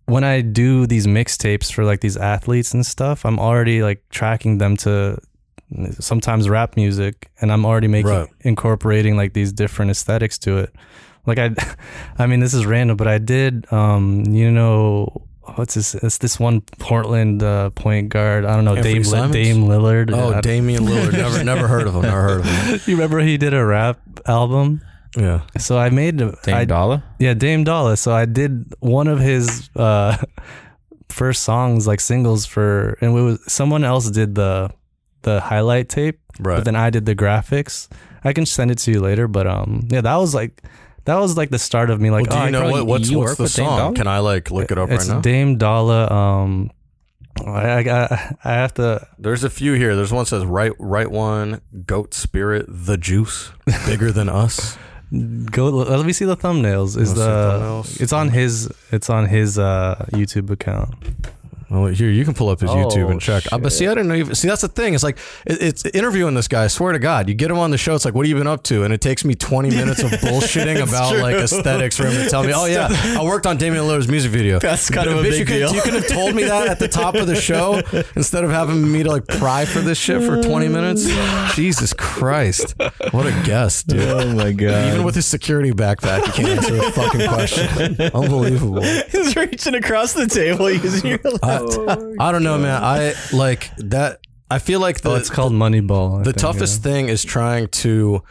Speaker 3: when I do these mixtapes for like these athletes and stuff, I'm already like tracking them to sometimes rap music, and I'm already making
Speaker 4: Right.
Speaker 3: incorporating like these different aesthetics to it. Like I, I mean, this is random, but I did, um, you know. What's this? It's this one Portland uh, point guard. I don't know
Speaker 4: Anthony
Speaker 3: Dame, Li-
Speaker 4: Simons?
Speaker 3: Dame Lillard.
Speaker 4: Oh,
Speaker 3: Yeah, I-
Speaker 4: Damian Lillard. Never never heard of him. Never heard of him.
Speaker 3: you remember he did a rap album?
Speaker 4: Yeah.
Speaker 3: So I made. a-
Speaker 2: Dame
Speaker 3: I-
Speaker 2: Dollar?
Speaker 3: yeah, Dame Dollar. So I did one of his uh, first songs, like singles for, and it was someone else did the the highlight tape,
Speaker 4: Right.
Speaker 3: but then I did the graphics. I can send it to you later, but um, yeah, that was like that was like the start of me. Like,
Speaker 4: Well, do
Speaker 3: oh,
Speaker 4: you
Speaker 3: I
Speaker 4: know
Speaker 3: can-
Speaker 4: what, what's
Speaker 2: you
Speaker 4: what's
Speaker 2: work
Speaker 4: the
Speaker 2: with Dame Dollar?
Speaker 4: song? Can I like look it up
Speaker 3: it's
Speaker 4: right now?
Speaker 3: Dame Dollar. Um, I, I I have to.
Speaker 4: There's a few here. There's one says right right one goat spirit the juice bigger than us.
Speaker 3: Go. Let me see the thumbnails. Is
Speaker 4: Wanna see
Speaker 3: the
Speaker 4: thumbnails?
Speaker 3: it's on his it's on his uh YouTube account.
Speaker 4: Well, here you can pull up his YouTube
Speaker 3: Oh,
Speaker 4: and check. Uh, but see, I didn't know. Even, see, that's the thing. It's like it, it's interviewing this guy. I swear to God, you get him on the show. It's like, what have you been up to? And it takes me 20 minutes of bullshitting about like aesthetics for him to tell me. Oh yeah, I worked on Damian Lillard's music video.
Speaker 2: That's kind of a
Speaker 4: Bitch, you
Speaker 2: big
Speaker 4: could,
Speaker 2: deal.
Speaker 4: You could have told me that at the top of the show instead of having me to like pry for this shit for 20 minutes. Jesus Christ, what a guest, dude.
Speaker 2: Oh my
Speaker 4: Even with his security backpack, he can't answer the fucking question. Unbelievable.
Speaker 2: he's reaching across the table using your.
Speaker 4: I,
Speaker 2: Oh,
Speaker 4: I don't know, man. I like that. I feel like the,
Speaker 3: oh, it's called Moneyball. I
Speaker 4: the
Speaker 3: think,
Speaker 4: toughest thing is trying to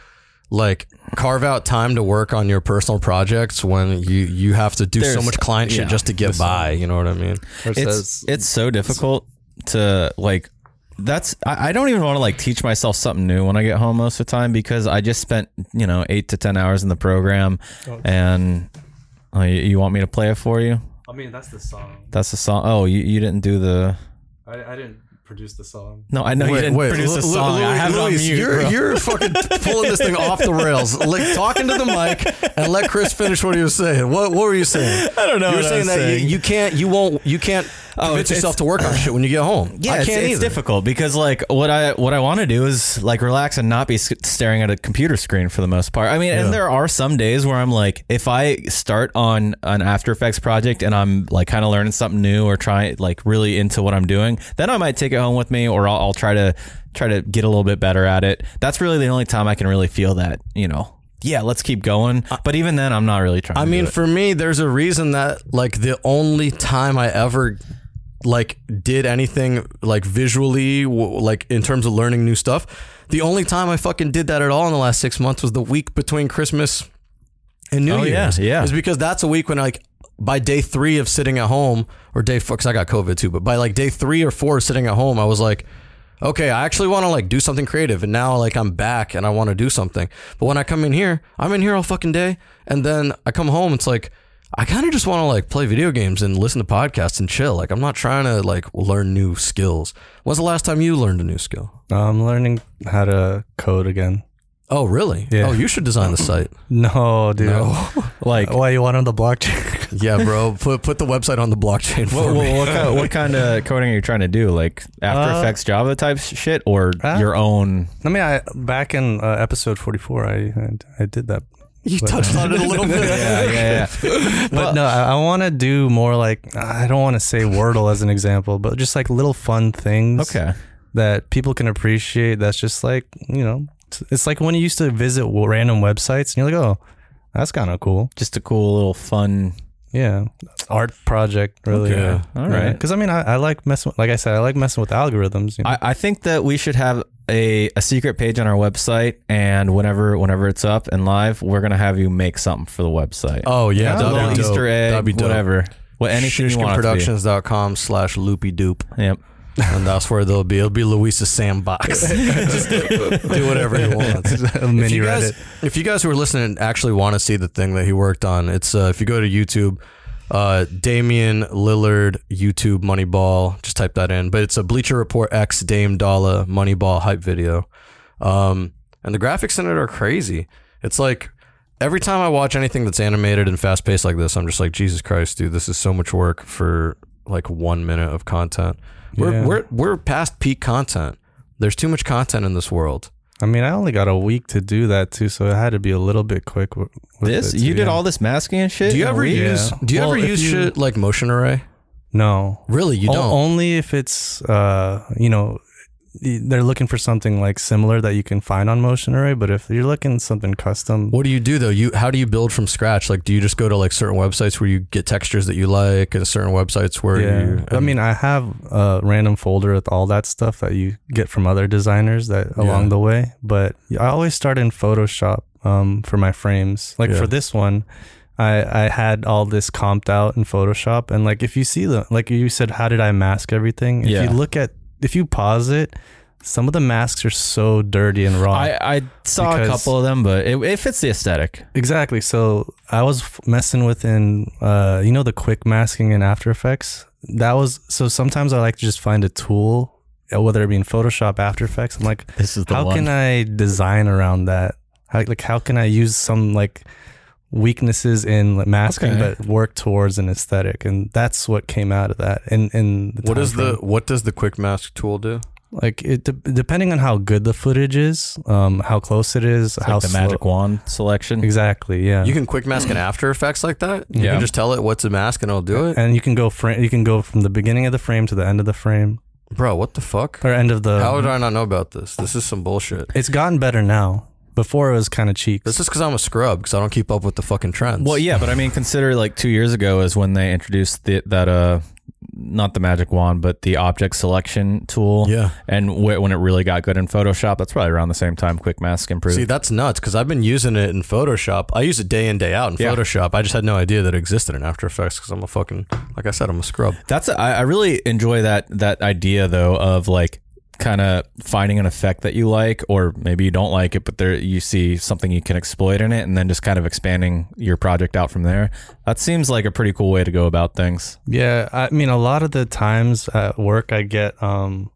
Speaker 4: like carve out time to work on your personal projects when you you have to do so
Speaker 2: There's-
Speaker 4: much client shit
Speaker 2: yeah.
Speaker 4: just to get by. You know what I mean?
Speaker 3: yeah. It
Speaker 2: It's
Speaker 3: says-
Speaker 2: it's so difficult to like. That's I, I don't even want to like teach myself something new when I get home most of the time because I just spent you know eight to ten hours in the program, and uh, you, you want me to play it for you?
Speaker 3: I mean, that's the song.
Speaker 2: That's the song. Oh, you, you didn't do the.
Speaker 3: I, I didn't produce the song.
Speaker 2: No, I know you didn't produce a
Speaker 4: Lu- Lu-
Speaker 2: song. I
Speaker 4: Luis,
Speaker 2: have it on
Speaker 4: Luis,
Speaker 2: mute,
Speaker 4: You're,
Speaker 2: bro.
Speaker 4: you're fucking pulling this thing off the rails. Like talking to the mic and let Chris finish what he was saying. What what were you saying? I don't know. You were
Speaker 2: what I
Speaker 4: saying
Speaker 2: was
Speaker 4: that you-
Speaker 2: saying.
Speaker 4: You, can't you won't you can't
Speaker 2: Oh,
Speaker 4: Convince
Speaker 2: it's-
Speaker 4: yourself to work on shit when you get home.
Speaker 2: Yeah,
Speaker 4: I
Speaker 2: it's-
Speaker 4: can't
Speaker 2: it's,
Speaker 4: either.
Speaker 2: difficult because like what I what I want to do is like relax and not be s- staring at a computer screen for the most part. I mean, and there are some days where I'm like, if I start on an After Effects project and I'm like kind of learning something new or trying like really into what I'm doing, then I might take it home with me or I'll, I'll try to try to get a little bit better at it. That's really the only time I can really feel that you know. Yeah, let's keep going. But even then, I'm not really trying. to
Speaker 4: I
Speaker 2: do
Speaker 4: mean,
Speaker 2: it.
Speaker 4: for me, there's a reason that like the only time I ever like did anything like visually, w- like in terms of learning new stuff, the only time I fucking did that at all in the last six months was the week between Christmas and New
Speaker 2: Oh, yeah,
Speaker 4: Year's.
Speaker 2: yeah.
Speaker 4: is because that's a week when like. By day three of sitting at home, or day four, because I got COVID too, but by like day three or four of sitting at home, I was like, okay, I actually want to like do something creative. And now like I'm back and I want to do something. But when I come in here, I'm in here all fucking day. And then I come home, it's like, I kind of just want to like play video games and listen to podcasts and chill. Like I'm not trying to like learn new skills. When's the last time you learned a new skill?
Speaker 3: I'm learning how to code again.
Speaker 4: Oh, really?
Speaker 3: Yeah.
Speaker 4: Oh, you should design the site.
Speaker 3: No, dude.
Speaker 2: like,
Speaker 3: Why you want on the blockchain?
Speaker 4: yeah, bro. Put put the website on the blockchain for
Speaker 2: What,
Speaker 4: me.
Speaker 2: what, what, kind, what kind of coding are you trying to do? Like After
Speaker 3: Uh,
Speaker 2: Effects Java type s- shit or
Speaker 3: uh,
Speaker 2: your own?
Speaker 3: I mean, I back in uh, episode 44, I, I I did that
Speaker 4: You touched on it a little bit.
Speaker 2: Yeah, yeah, yeah.
Speaker 3: But no, I, I want to do more like I don't want to say Wordle as an example, but just like little fun things
Speaker 2: Okay.
Speaker 3: that people can appreciate. That's just like you know, it's, it's like when you used to visit w- random websites and you're like, oh, that's kind of cool.
Speaker 2: Just a cool little fun.
Speaker 3: Yeah, art project really.
Speaker 4: Okay.
Speaker 3: Yeah.
Speaker 2: All right.
Speaker 3: Because I mean, I, I like messing. With, like I said, I like messing with algorithms. You know?
Speaker 2: I, I think that we should have a, a secret page on our website, and whenever whenever it's up and live, we're gonna have you make something for the website.
Speaker 4: Oh yeah,
Speaker 2: a little
Speaker 4: that'd be dope.
Speaker 2: Easter egg,
Speaker 4: That'd be dope.
Speaker 2: whatever. What anything you want it to be.
Speaker 4: Productions.com slash loopy doop.
Speaker 2: Yep.
Speaker 4: and that's where they'll be. It'll be Luis's sandbox. Just do whatever he wants. if,
Speaker 3: mini
Speaker 4: you guys,
Speaker 3: Reddit.
Speaker 4: if you guys who are listening actually want to see the thing that he worked on, it's uh, if you go to YouTube, uh, Damian Lillard YouTube Moneyball. Just type that in. But it's a Bleacher Report X Dame Dala Moneyball hype video. Um, and the graphics in it are crazy. It's like every time I watch anything that's animated and fast paced like this, I'm just like, Jesus Christ, dude, this is so much work for like one minute of content. We're
Speaker 3: Yeah.
Speaker 4: we're we're past peak content. There's too much content in this world.
Speaker 3: I mean, I only got a week to do that too, so I had to be a little bit quick. w- With
Speaker 2: This
Speaker 3: it,
Speaker 2: you
Speaker 3: too,
Speaker 2: did
Speaker 3: yeah.
Speaker 2: all this masking and shit.
Speaker 4: Do you
Speaker 2: in a
Speaker 4: ever
Speaker 2: week?
Speaker 4: use
Speaker 3: Yeah.
Speaker 4: do you Oh,
Speaker 3: Well,
Speaker 4: ever
Speaker 3: if
Speaker 4: use
Speaker 3: you-
Speaker 4: shit like motion array?
Speaker 3: No,
Speaker 4: Really, you
Speaker 3: O-
Speaker 4: don't.
Speaker 3: only if it's uh you know they're looking for something like similar that you can find on motion array but if you're looking something custom
Speaker 4: what do you do though? You how do you build from scratch? Like, do you just go to like certain websites where you get textures that you like, and certain websites where
Speaker 3: yeah
Speaker 4: you?
Speaker 3: i mean i have a random folder with all that stuff that you get from other designers that along the way but i always start in photoshop um for my frames like
Speaker 4: Yeah.
Speaker 3: for this one I, I had all this comped out in Photoshop and like if you see the like you said how did I mask everything if
Speaker 2: Yeah.
Speaker 3: you look at if you pause it some of the masks are so dirty and raw
Speaker 2: I, I saw a
Speaker 3: Because-
Speaker 2: couple of them, but it, it fits the aesthetic.
Speaker 3: Exactly. So I was f- messing with in, uh, you know, the quick masking in After Effects. That was so. Sometimes I like to just find a tool, uh, whether it be in Photoshop, After Effects. I'm like,
Speaker 2: This is the
Speaker 3: how
Speaker 2: one.
Speaker 3: can I design around that? How, like, how can I use some like weaknesses in like, masking,
Speaker 2: Okay.
Speaker 3: but work towards an aesthetic? And that's what came out of that. And and
Speaker 4: what is the what does the quick mask tool do?
Speaker 3: like? It de- depending on how good the footage is, um, how close it is,
Speaker 2: It's
Speaker 3: how
Speaker 2: like the
Speaker 3: slow-
Speaker 2: magic wand selection.
Speaker 3: Exactly. Yeah.
Speaker 4: You can quick mask an After Effects like that. You
Speaker 2: Yeah.
Speaker 4: can just tell it what to mask and it'll do it.
Speaker 3: and you can go frame. You can go from the beginning of the frame to the end of the frame
Speaker 4: Bro, what the fuck?
Speaker 3: or end of the.
Speaker 4: How did I not know about this? This is some bullshit.
Speaker 3: it's gotten better now. Before it was kind of cheap.
Speaker 4: This is because I'm a scrub because I don't keep up with the fucking trends.
Speaker 2: Well, yeah, but I mean, consider like two years ago is when they introduced the, that uh, not the magic wand, but the object selection tool.
Speaker 4: Yeah.
Speaker 2: and wh- when it really got good in Photoshop, that's probably around the same time Quick Mask improved.
Speaker 4: See, that's nuts because I've been using it in Photoshop. I use it day in, day out in
Speaker 2: Yeah.
Speaker 4: Photoshop. I just had no idea that it existed in After Effects because I'm a fucking, like I said, I'm a scrub.
Speaker 2: that's I I really enjoy that that idea though of like kind of finding an effect that you like or maybe you don't like it but there you see something you can exploit in it and then just kind of expanding your project out from there that seems like a pretty cool way to go about things
Speaker 3: yeah, I mean, a lot of the times at work, I get, um,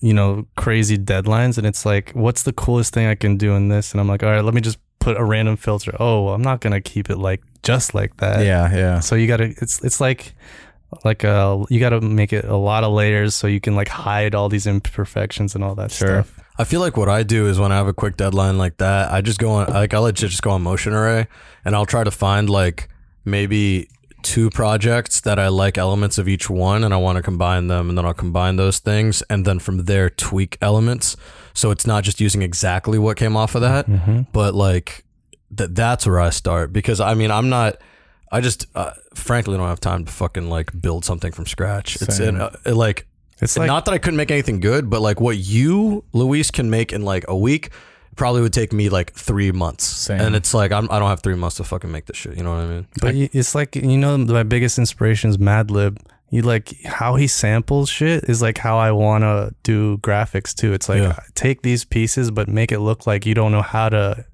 Speaker 3: you know, crazy deadlines, and it's like, what's the coolest thing I can do in this? And I'm like, all right, let me just put a random filter. Oh, I'm not gonna keep it like just like that.
Speaker 2: yeah yeah
Speaker 3: So you gotta. It's it's like like uh you got to make it a lot of layers so you can like hide all these imperfections and all that
Speaker 2: Sure.
Speaker 3: stuff.
Speaker 4: I feel like what I do is when I have a quick deadline like that, I just go on like I legit just go on motion array and I'll try to find like maybe two projects that I like elements of each one and I want to combine them and then I'll combine those things and then from there tweak elements. So it's not just using exactly what came off of that, but like th- that's where I start because I mean I'm not I just uh, frankly don't have time to fucking like build something from scratch. It's in, uh, like
Speaker 3: It's like
Speaker 4: not that I couldn't make anything good, but like what you, Luis, can make in like a week probably would take me like three months. And it's like I'm, I don't have three months to fucking make this shit. You know what I mean?
Speaker 3: But y it's like you know my biggest inspiration is Madlib. You like how he samples shit is like how I want to do graphics too. It's like
Speaker 4: Yeah.
Speaker 3: take these pieces but make it look like you don't know how to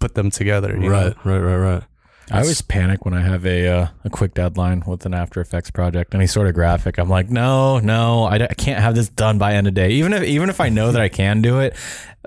Speaker 3: put them together. you know?
Speaker 4: right, right, right.
Speaker 2: I always panic when I have a uh, a quick deadline with an After Effects project, any sort of graphic. I'm like, no, no, I, d- I can't have this done by end of day. Even if even if I know that I can do it,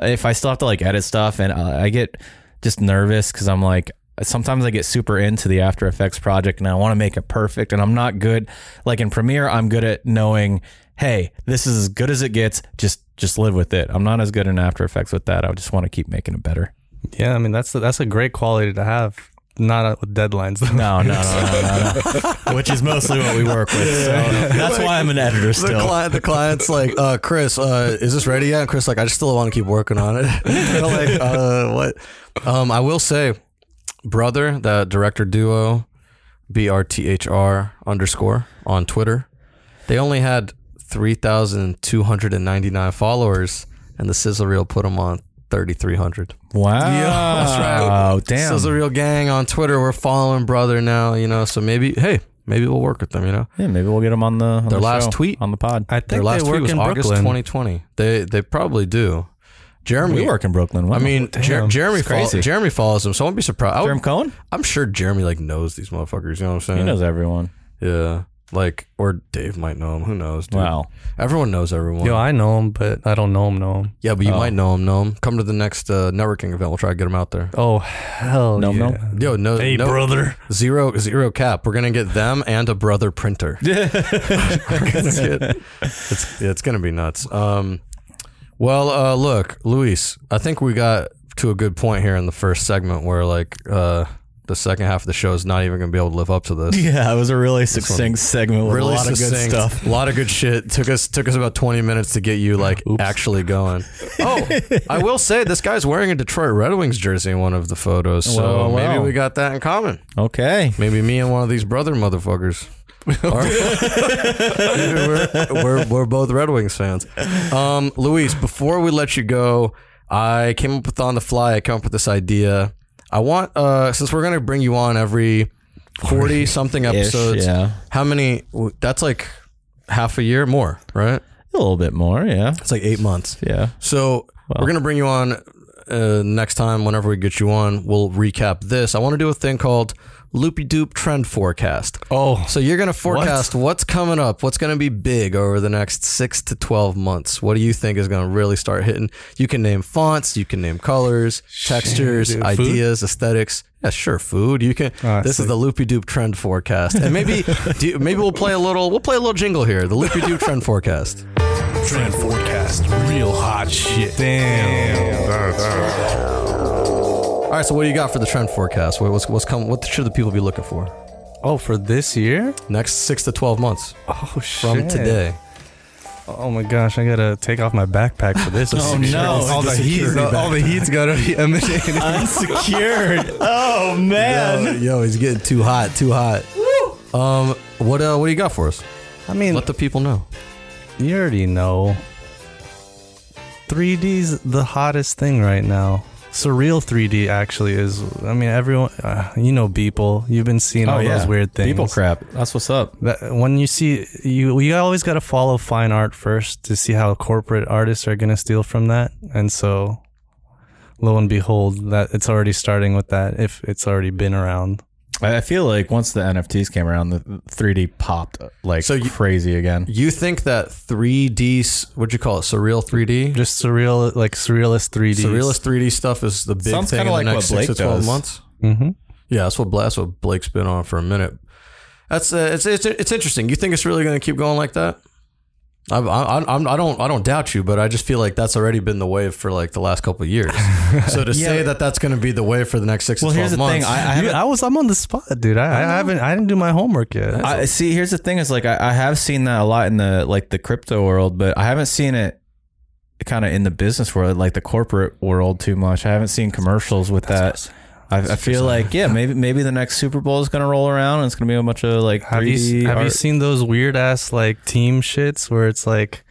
Speaker 2: if I still have to like edit stuff, and uh, I get just nervous because I'm like, sometimes I get super into the After Effects project and I want to make it perfect, and I'm not good. Like in Premiere, I'm good at knowing, hey, this is as good as it gets. Just just live with it. I'm not as good in After Effects with that. I just want to keep making it better.
Speaker 3: Yeah, I mean that's that's a great quality to have. Not uh, with deadlines. though.
Speaker 2: No, no, no, no, no, no. Which is mostly what we work with. So that's why I'm an editor
Speaker 4: The
Speaker 2: still.
Speaker 4: client, the client's like, uh, Chris, uh, is this ready yet? And Chris, like, I just still want to keep working on it. They're like, uh, what? Um, I will say, brother, that director duo, B R T H R underscore on Twitter, they only had three thousand two hundred and ninety nine followers, and the sizzle reel put them on thirty three hundred.
Speaker 2: Wow.
Speaker 4: that's right.
Speaker 2: Oh, damn.
Speaker 4: Sizzle reel gang on Twitter, we're following brother now, you know. So maybe, hey, maybe we'll work with them, you know.
Speaker 2: yeah, maybe we'll get them on the on
Speaker 4: Their
Speaker 2: the
Speaker 4: last
Speaker 2: show,
Speaker 4: tweet.
Speaker 2: on the pod.
Speaker 3: I think
Speaker 4: Their last
Speaker 3: they work
Speaker 4: tweet was
Speaker 3: in
Speaker 4: August
Speaker 3: Brooklyn.
Speaker 4: 2020. They they probably do. Jeremy,
Speaker 2: we work in Brooklyn. Wow.
Speaker 4: I mean, oh. Jer-
Speaker 3: Oh, Damn.
Speaker 4: Jeremy follow,
Speaker 2: crazy.
Speaker 4: Jeremy follows him. So I wouldn't be surprised. I
Speaker 2: Jeremy
Speaker 4: would,
Speaker 2: Cohen.
Speaker 4: I'm sure Jeremy like knows these motherfuckers. You know what I'm saying?
Speaker 2: He knows everyone.
Speaker 4: Yeah, like or Dave might know him. Who knows? Dude.
Speaker 2: Wow.
Speaker 4: everyone knows everyone.
Speaker 3: Yo, I Oh. know him, but I don't know him. Know him.
Speaker 4: yeah, but you might know him. Know him. Come to the next uh, networking event. We'll try to get him out there.
Speaker 3: Oh hell
Speaker 2: No,
Speaker 3: yeah.
Speaker 2: no.
Speaker 4: Yo, no,
Speaker 3: Hey
Speaker 4: no
Speaker 3: brother.
Speaker 4: zero zero cap. We're gonna get them and a brother printer. it's, it's, yeah, it's gonna be nuts. Um, well, uh, look, Luis, I think we got to a good point here in the first segment where like uh, the second half of the show is not even gonna be able to live up to this.
Speaker 2: Yeah, it was a really succinct segment with
Speaker 4: Really
Speaker 2: a lot of good
Speaker 4: succinct,
Speaker 2: stuff.
Speaker 4: a lot of good shit. Took us took us about twenty minutes to get you like actually going. Oh, I will say this guy's wearing a Detroit Red Wings jersey in one of the photos, so
Speaker 2: Well, well,
Speaker 4: maybe
Speaker 2: well.
Speaker 4: we got that in common.
Speaker 2: Okay.
Speaker 4: Maybe me and one of these brother motherfuckers. Are- we're, we're, we're both Red Wings fans. Um, Luis, before we let you go, I came up with on the fly, I came up with this idea. I want, uh, since we're going to bring you on every 40 something episodes,
Speaker 2: yeah.
Speaker 4: how many? w- That's like half a year more, right?
Speaker 2: A little bit more. Yeah.
Speaker 4: It's like eight months.
Speaker 2: Yeah.
Speaker 4: So we're gonna bring you on uh, next time. Whenever we get you on, we'll recap this. I want to do a thing called Loopy Doop Trend Forecast.
Speaker 3: Oh.
Speaker 4: So you're gonna forecast what's coming up, what's gonna be big over the next six to twelve months. What do you think is gonna really start hitting? You can name fonts, you can name colors, textures,
Speaker 3: dude. Food?
Speaker 4: ideas, aesthetics. Yeah, sure, food. You can.
Speaker 3: Alright,
Speaker 4: this is the Loopy Doop Trend Forecast, and maybe do you- maybe we'll play a little. We'll play a little jingle here. The Loopy Doop Trend Forecast.
Speaker 7: Trend forecast, real hot shit.
Speaker 4: All right, so what do you got for the trend forecast? What- What's what's come? What should the people be looking for
Speaker 3: Oh, for this year?
Speaker 4: next six to twelve months
Speaker 3: Oh shit.
Speaker 4: from today?
Speaker 3: Oh my gosh, I gotta take off my backpack for this.
Speaker 2: Oh, no.
Speaker 3: All the heat, all the heat's gotta be emitting.
Speaker 2: Unsecured. oh man.
Speaker 4: yo, he's getting too hot, too hot. Um, what uh, what do you got for us?
Speaker 3: I mean,
Speaker 4: Let the people know.
Speaker 3: you already know. 3D's the hottest thing right now. Surreal 3D actually is. I mean, everyone, uh, you know, people. You've been seeing all those weird things.
Speaker 2: People Oh, crap. That's what's up.
Speaker 3: That, when you see you, you always got to follow fine art first to see how corporate artists are gonna steal from that, and so, lo and behold, that it's already starting with that. If it's already been around,
Speaker 2: I I feel like once the NFTs came around, the 3D popped uh, like
Speaker 4: So you-
Speaker 2: crazy again.
Speaker 4: You think that three D? What'd you call it? Surreal three D?
Speaker 3: just surreal, like surrealist 3D.
Speaker 4: Surrealist three D stuff is the big
Speaker 2: Sounds
Speaker 4: thing in
Speaker 2: kinda
Speaker 4: the
Speaker 2: like
Speaker 4: next
Speaker 2: what
Speaker 4: six to
Speaker 2: Blake
Speaker 4: twelve
Speaker 2: does.
Speaker 4: months.
Speaker 3: Mm-hmm.
Speaker 4: Yeah, that's what Bla- that's what Blake's been on for a minute. That's uh, it's, it's it's interesting. You think it's really going to keep going like that? I, I, I'm, I don't I don't doubt you, but I just feel like that's already been the wave for like the last couple of years. So to say that that's going to be the wave for the next six
Speaker 2: Well,
Speaker 4: to
Speaker 2: here's
Speaker 4: twelve
Speaker 2: the
Speaker 4: months,
Speaker 2: thing. I, I
Speaker 3: Dude,
Speaker 2: haven't-
Speaker 3: I was I'm on the spot, dude. I, I, haven't I didn't do my homework yet.
Speaker 2: I see. Here's the thing: is like I, I have seen that a lot in the like the crypto world, but I haven't seen it kind of in the business world, like the corporate world, too much. I haven't seen commercials with that. I, I feel like yeah, maybe maybe the next Super Bowl is gonna roll around and it's gonna be a bunch of like
Speaker 3: Have
Speaker 2: 3D.
Speaker 3: you have you
Speaker 2: art.
Speaker 3: seen those weird ass like team shits where it's like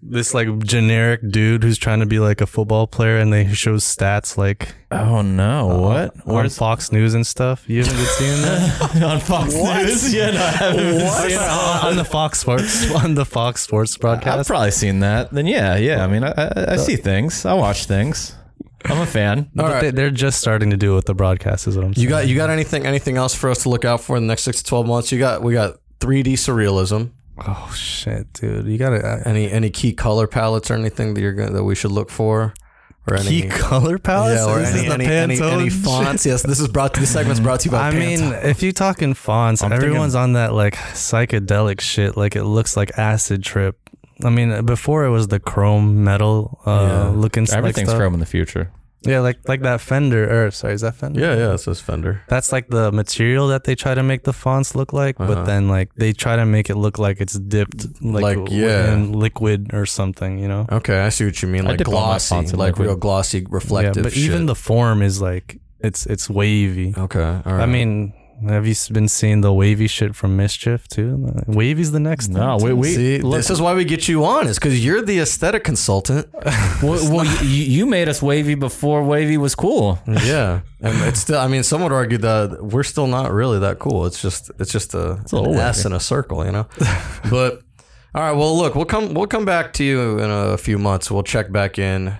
Speaker 3: this like generic dude who's trying to be like a football player and they show stats like
Speaker 2: Oh no! what?
Speaker 3: on Fox News and stuff. You haven't been seeing that
Speaker 2: on Fox News? Yeah, no, I haven't seen it.
Speaker 3: on the Fox Sports on the Fox Sports
Speaker 2: I've
Speaker 3: broadcast.
Speaker 2: probably seen that. Then yeah, yeah. I mean, I, I, I see things. I watch things. I'm a fan.
Speaker 3: But they, they're just starting to do it with the broadcast. Is what I'm saying.
Speaker 4: you got you got anything anything else for us to look out for in the next six to twelve months? You got we got 3D surrealism.
Speaker 3: oh shit, dude! You gotta uh,
Speaker 4: Any any key color palettes or anything that you're going that we should look for, or any
Speaker 3: key color palettes.
Speaker 4: yeah, or
Speaker 3: Oh, This is
Speaker 4: any,
Speaker 3: the
Speaker 4: any, any,
Speaker 3: Pantone
Speaker 4: any
Speaker 3: shit.
Speaker 4: fonts. Yes, this is brought. This segment's brought to you by.
Speaker 3: I mean,
Speaker 4: Pantone.
Speaker 3: if you talk in fonts,
Speaker 2: I'm
Speaker 3: everyone's on that like psychedelic shit. Like it looks like acid trip. I mean, before it was the chrome metal uh, looking stuff.
Speaker 2: Everything's
Speaker 3: like stuff.
Speaker 2: chrome in the future.
Speaker 3: Yeah, like like that Fender. Or sorry, is that Fender?
Speaker 4: yeah, yeah, it says Fender.
Speaker 3: That's like the material that they try to make the fonts look like,
Speaker 4: Uh-huh.
Speaker 3: but then like they try to make it look like it's dipped like,
Speaker 4: Like,
Speaker 3: w-
Speaker 4: yeah.
Speaker 3: in liquid or something, you know?
Speaker 4: Okay, I see what you mean. Like
Speaker 2: dip all my
Speaker 4: glossy,
Speaker 2: fonts in
Speaker 4: like
Speaker 2: liquid.
Speaker 4: real glossy,
Speaker 3: Yeah,
Speaker 4: reflective.
Speaker 3: but even the form is like it's it's wavy.
Speaker 4: okay, all right.
Speaker 3: I mean, have you s- been seeing the wavy shit from Mischief too? Wavy's the next.
Speaker 2: No, we,
Speaker 3: thing, too.
Speaker 2: we
Speaker 4: See,
Speaker 2: look-
Speaker 4: this is why we get you on, is because you're the aesthetic consultant.
Speaker 2: Well, well you, you made us wavy before wavy was cool.
Speaker 4: yeah, and it's still. I mean, some would argue that we're still not really that cool. It's just, it's just a,
Speaker 2: a little
Speaker 4: an S
Speaker 2: wacky.
Speaker 4: in a circle, you know. but all right, well, look, we'll come, we'll come back to you in a few months. We'll check back in.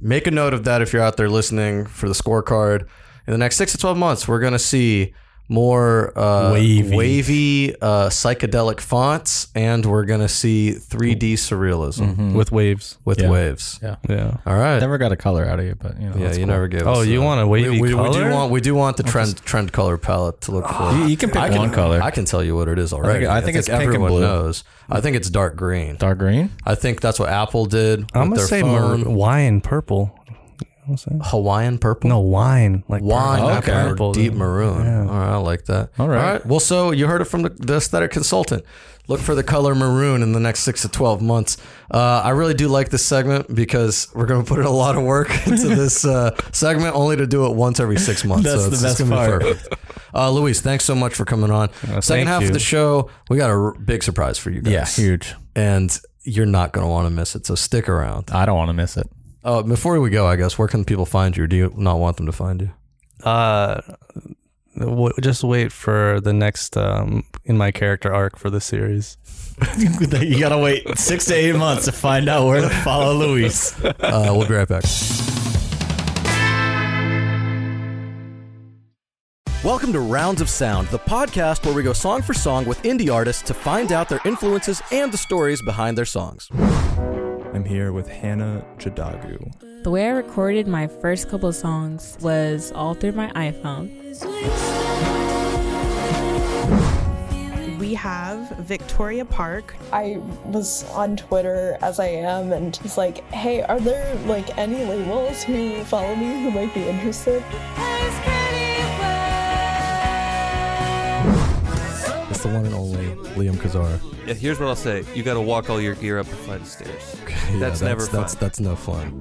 Speaker 4: Make a note of that if you're out there listening for the scorecard. In the next six to twelve months, we're gonna see more uh,
Speaker 3: Wavy.
Speaker 4: wavy, uh, psychedelic fonts, and we're gonna see 3D surrealism
Speaker 3: with waves.
Speaker 4: with waves.
Speaker 2: Mm-hmm. Yeah.
Speaker 3: Yeah.
Speaker 4: All right.
Speaker 2: Never got a color out of you, but you know.
Speaker 4: Yeah,
Speaker 2: that's
Speaker 4: you
Speaker 2: cool.
Speaker 4: never gave us.
Speaker 3: Oh, you
Speaker 4: that.
Speaker 3: want a wavy
Speaker 4: we, we, we do
Speaker 3: color?
Speaker 4: want we do want the trend trend color palette to look for.
Speaker 2: You, you can pick
Speaker 4: I can,
Speaker 2: one color.
Speaker 4: I can tell you what it is already.
Speaker 2: Ah, I think it's pink and
Speaker 4: everyone
Speaker 2: blue.
Speaker 4: knows. I think it's dark green.
Speaker 2: Dark green.
Speaker 4: I think that's what Apple did. With
Speaker 3: I'm
Speaker 4: their
Speaker 3: gonna say
Speaker 4: phone.
Speaker 3: mar- wine purple. I'm saying
Speaker 4: Hawaiian purple.
Speaker 3: no wine like
Speaker 4: Wine,
Speaker 3: purple,
Speaker 4: not
Speaker 3: not
Speaker 2: Oh, okay.
Speaker 4: purple, deep
Speaker 3: dude.
Speaker 4: maroon.
Speaker 3: Yeah.
Speaker 4: All right, I like that.
Speaker 2: All right.
Speaker 4: Well, so you heard it from the, the aesthetic consultant. Look for the color maroon in the next six to twelve months. Uh, I really do like this segment because we're going to put a lot of work into this uh, segment, only to do it once every six months.
Speaker 2: That's the
Speaker 4: it's,
Speaker 2: best
Speaker 4: it's gonna
Speaker 2: part.
Speaker 4: Be perfect. Uh, Luis, thanks so much for coming on. Second
Speaker 3: thank
Speaker 4: half of
Speaker 3: you.
Speaker 4: the show, we got a r- big surprise for you guys.
Speaker 2: Uh, Yeah, huge.
Speaker 4: and you're not going to want to miss it. So stick around.
Speaker 2: I don't want to miss it.
Speaker 4: Uh, before we go, I guess where can people find you? Or do you not want them to find you?
Speaker 3: Uh, w- just wait for the next um in my character arc for the series.
Speaker 2: you gotta wait six to eight months to find out where to follow Luis.
Speaker 4: Uh, we'll be right back. Welcome to Rounds of Sound, the podcast where we go song for song with indie artists to find out their influences and the stories behind their songs.
Speaker 8: I'm here with Hannah Jadagu.
Speaker 9: The way I recorded my first couple of songs was all through my iPhone.
Speaker 10: We have Victoria Park.
Speaker 11: I was on Twitter as I am and was like, hey, are there like any labels who follow me who might be interested?
Speaker 4: That's the one and only Liam Kazar.
Speaker 12: Yeah, here's what I'll say. You got to walk all your gear up a flight of stairs.
Speaker 4: Yeah,
Speaker 12: that's, never fun.
Speaker 4: That's, that's no fun.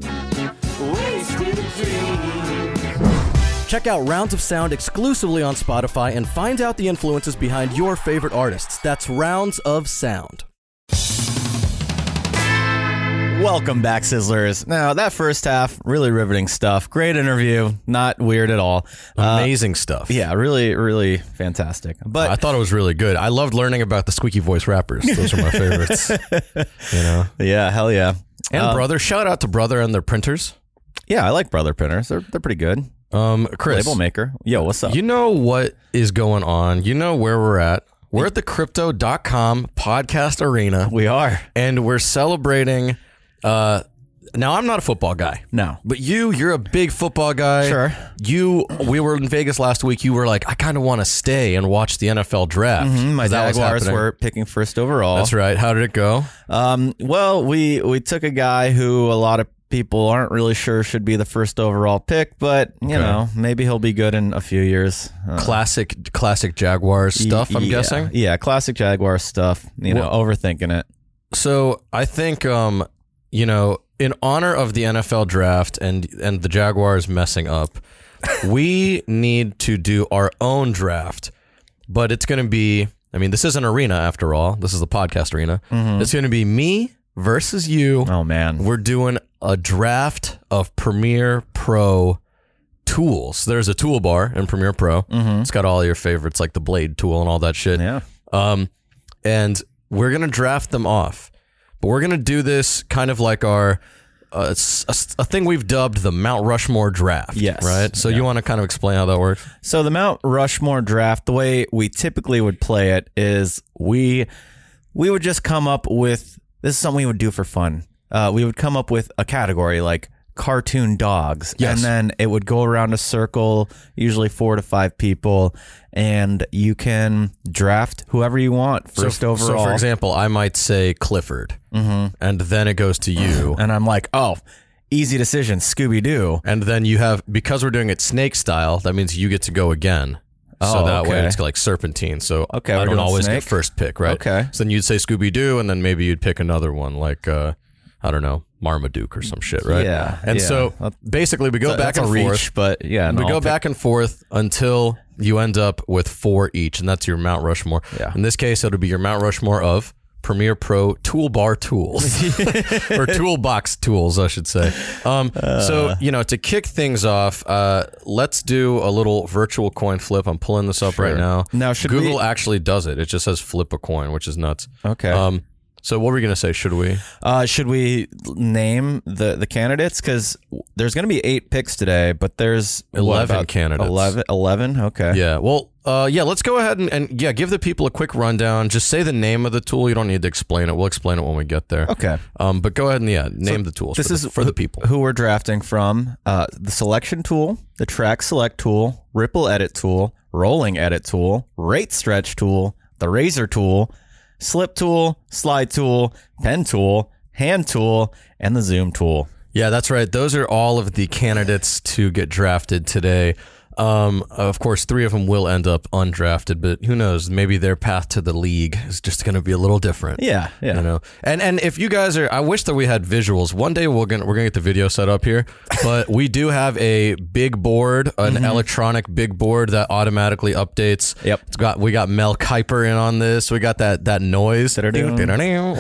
Speaker 4: Check out Rounds of Sound exclusively on Spotify and find out the influences behind your favorite artists. That's Rounds of Sound.
Speaker 2: Welcome back, Sizzlers. Now that first half, really riveting stuff. Great interview. Not weird at all. Uh,
Speaker 4: Amazing stuff.
Speaker 2: yeah, really, really fantastic. But
Speaker 4: I thought it was really good. I loved learning about the squeaky voice rappers. Those are my favorites. you know, Um,
Speaker 2: yeah, hell yeah.
Speaker 4: and
Speaker 2: Uh,
Speaker 4: brother. Shout out to brother and their printers.
Speaker 2: Yeah, I like brother printers. They're they're pretty good.
Speaker 4: Um, Chris,
Speaker 2: Label maker. Yo, what's up?
Speaker 4: you know what is going on. You know where we're at. We're at the crypto.com podcast arena
Speaker 2: we are.
Speaker 4: and we're celebrating uh Now I'm not a football guy.
Speaker 2: No.
Speaker 4: But you, you're a big football guy.
Speaker 2: Sure.
Speaker 4: You we were in Vegas last week. You were like, I kinda wanna stay and watch the NFL draft.
Speaker 2: Mhm, my
Speaker 4: 'Cause that was
Speaker 2: Jaguars
Speaker 4: happening.
Speaker 2: were picking first overall.
Speaker 4: That's right. How did it go?
Speaker 2: Um, well, we we took a guy who a lot of people aren't really sure should be the first overall pick, but you
Speaker 4: Okay.
Speaker 2: know maybe he'll be good in a few years. Uh,
Speaker 4: Classic classic Jaguar stuff, I'm
Speaker 2: yeah.
Speaker 4: guessing.
Speaker 2: Yeah, classic Jaguar stuff. You know,
Speaker 4: Well-
Speaker 2: overthinking it.
Speaker 4: So I think, um, you know, in honor of the NFL draft and and the Jaguars messing up, we need to do our own draft. But it's going to be, I mean, this is an arena after all. This is the podcast arena.
Speaker 2: Mhm.
Speaker 4: It's going to be me versus you.
Speaker 2: Oh man,
Speaker 4: we're doing a draft of Premiere Pro tools. There's a toolbar in Premiere Pro. It's got all your favorites like the blade tool and all that shit.
Speaker 2: Mm-hmm. Yeah.
Speaker 4: Um, and we're gonna draft them off, but we're gonna do this kind of like our uh, s- a, s- a thing we've dubbed the Mount Rushmore draft.
Speaker 2: Yes.
Speaker 4: Right. So you want to kind of explain how that works?
Speaker 2: So the Mount Rushmore draft, the way we typically would play it is we we would just come up with this is something we would do for fun. Uh, we would come up with a category like cartoon dogs,
Speaker 4: Yes.
Speaker 2: and then it would go around a circle, usually four to five people, and you can draft whoever you want
Speaker 4: So-
Speaker 2: first overall.
Speaker 4: So for example, I might say Clifford,
Speaker 2: Mhm.
Speaker 4: and then it goes to you,
Speaker 2: and I'm like, oh. Easy decision, Scooby Doo.
Speaker 4: And then you have because we're doing it snake style, that means you get to go again. so
Speaker 2: Oh,
Speaker 4: that way
Speaker 2: okay.
Speaker 4: it's like serpentine. So
Speaker 2: Okay,
Speaker 4: I
Speaker 2: we're
Speaker 4: don't
Speaker 2: doing
Speaker 4: always
Speaker 2: snake.
Speaker 4: get first pick, right?
Speaker 2: Okay.
Speaker 4: So then you'd say Scooby Doo, and then maybe you'd pick another one like uh, I don't know Marmaduke or some shit, right?
Speaker 2: Yeah,
Speaker 4: And
Speaker 2: yeah.
Speaker 4: so basically we go
Speaker 2: That-
Speaker 4: back
Speaker 2: that's a
Speaker 4: and
Speaker 2: reach,
Speaker 4: forth,
Speaker 2: but yeah, no,
Speaker 4: we go
Speaker 2: I'll pick-
Speaker 4: back and forth until you end up with four each, and that's your Mount Rushmore.
Speaker 2: Yeah.
Speaker 4: In this case, it'll be your Mount Rushmore of Premiere Pro toolbar tools or toolbox tools, I should say. Um, so
Speaker 2: Uh.
Speaker 4: you know, to kick things off, uh, let's do a little virtual coin flip. I'm pulling this up right
Speaker 2: Sure.
Speaker 4: now.
Speaker 2: Now, should
Speaker 4: Google
Speaker 2: we-
Speaker 4: actually does it? It just says flip a coin, which is nuts.
Speaker 2: Okay.
Speaker 4: Um, so what were we gonna say? Should we?
Speaker 2: Uh, should we name the the candidates? Because there's going to be eight picks today, but there's what,
Speaker 4: 11
Speaker 2: about
Speaker 4: candidates.
Speaker 2: 11, 11? Okay.
Speaker 4: Yeah. Well, uh, yeah, let's go ahead and, and yeah, give the people a quick rundown. Just say the name of the tool. You don't need to explain it. We'll explain it when we get there.
Speaker 2: Okay.
Speaker 4: Um, but go ahead and yeah, name the tools.
Speaker 2: This
Speaker 4: for
Speaker 2: is
Speaker 4: the, for the people.
Speaker 2: who we're drafting from. Uh, the selection tool, the track select tool, ripple edit tool, rolling edit tool, rate stretch tool, the razor tool, slip tool, slide tool, pen tool, hand tool, and the zoom tool.
Speaker 4: Yeah, that's right. Those are all of the candidates to get drafted today. Um, of course, three of them will end up undrafted, but who knows? Maybe their path to the league is just going to be a little different.
Speaker 2: Yeah, yeah.
Speaker 4: You know, and and if you guys are, I wish that we had visuals. One day we're gonna we're gonna get the video set up here, but we do have a big board, an electronic big board that automatically updates.
Speaker 2: Mm-hmm. Yep.
Speaker 4: It's got we got Mel Kiper in on this. We got that that noise or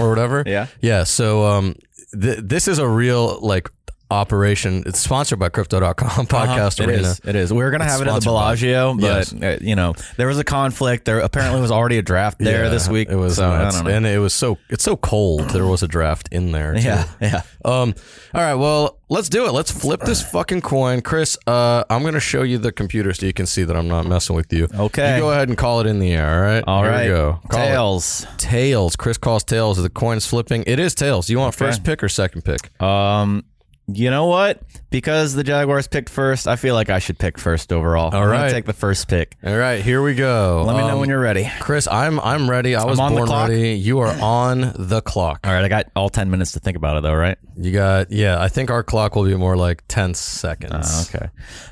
Speaker 4: whatever.
Speaker 2: Yeah.
Speaker 4: Yeah. So um, th- this is a real like operation. It's sponsored by Crypto.com podcast
Speaker 2: Uh-huh. It
Speaker 4: arena.
Speaker 2: is. It is. We were going to
Speaker 4: It's
Speaker 2: have it at the
Speaker 4: sponsored by-
Speaker 2: Bellagio, but
Speaker 4: Yes.
Speaker 2: uh, you know, there was a conflict. There apparently was already a draft there
Speaker 4: Yeah,
Speaker 2: this week.
Speaker 4: It was
Speaker 2: so,
Speaker 4: nuts.
Speaker 2: I don't know.
Speaker 4: and it was so it's so cold. There was a draft in there. too.
Speaker 2: Yeah, yeah.
Speaker 4: Um. All right. Well, let's do it. Let's flip this fucking coin, Chris. Uh, I'm gonna show you the computer so you can see that I'm not messing with you.
Speaker 2: Okay.
Speaker 4: You go ahead and call it in the air. All right.
Speaker 2: All
Speaker 4: Here
Speaker 2: right.
Speaker 4: We go. Call it.
Speaker 2: Tails.
Speaker 4: Tails. Chris calls tails. The coin's flipping. It is tails. You want
Speaker 2: Okay.
Speaker 4: first pick or second pick?
Speaker 2: Um, you know what? Because the Jaguars picked first, I feel like I should pick first overall. I'm
Speaker 4: All
Speaker 2: gonna
Speaker 4: right.
Speaker 2: take the first pick.
Speaker 4: All right. Here we go.
Speaker 2: Let me know
Speaker 4: Um,
Speaker 2: when you're ready.
Speaker 4: Chris, I'm I'm ready. I was
Speaker 2: on the
Speaker 4: born
Speaker 2: clock.
Speaker 4: ready. You are on the clock.
Speaker 2: All right, I got all ten minutes to think about it, though, right?
Speaker 4: You got yeah. I think our clock will be more like ten seconds.
Speaker 2: Uh, okay.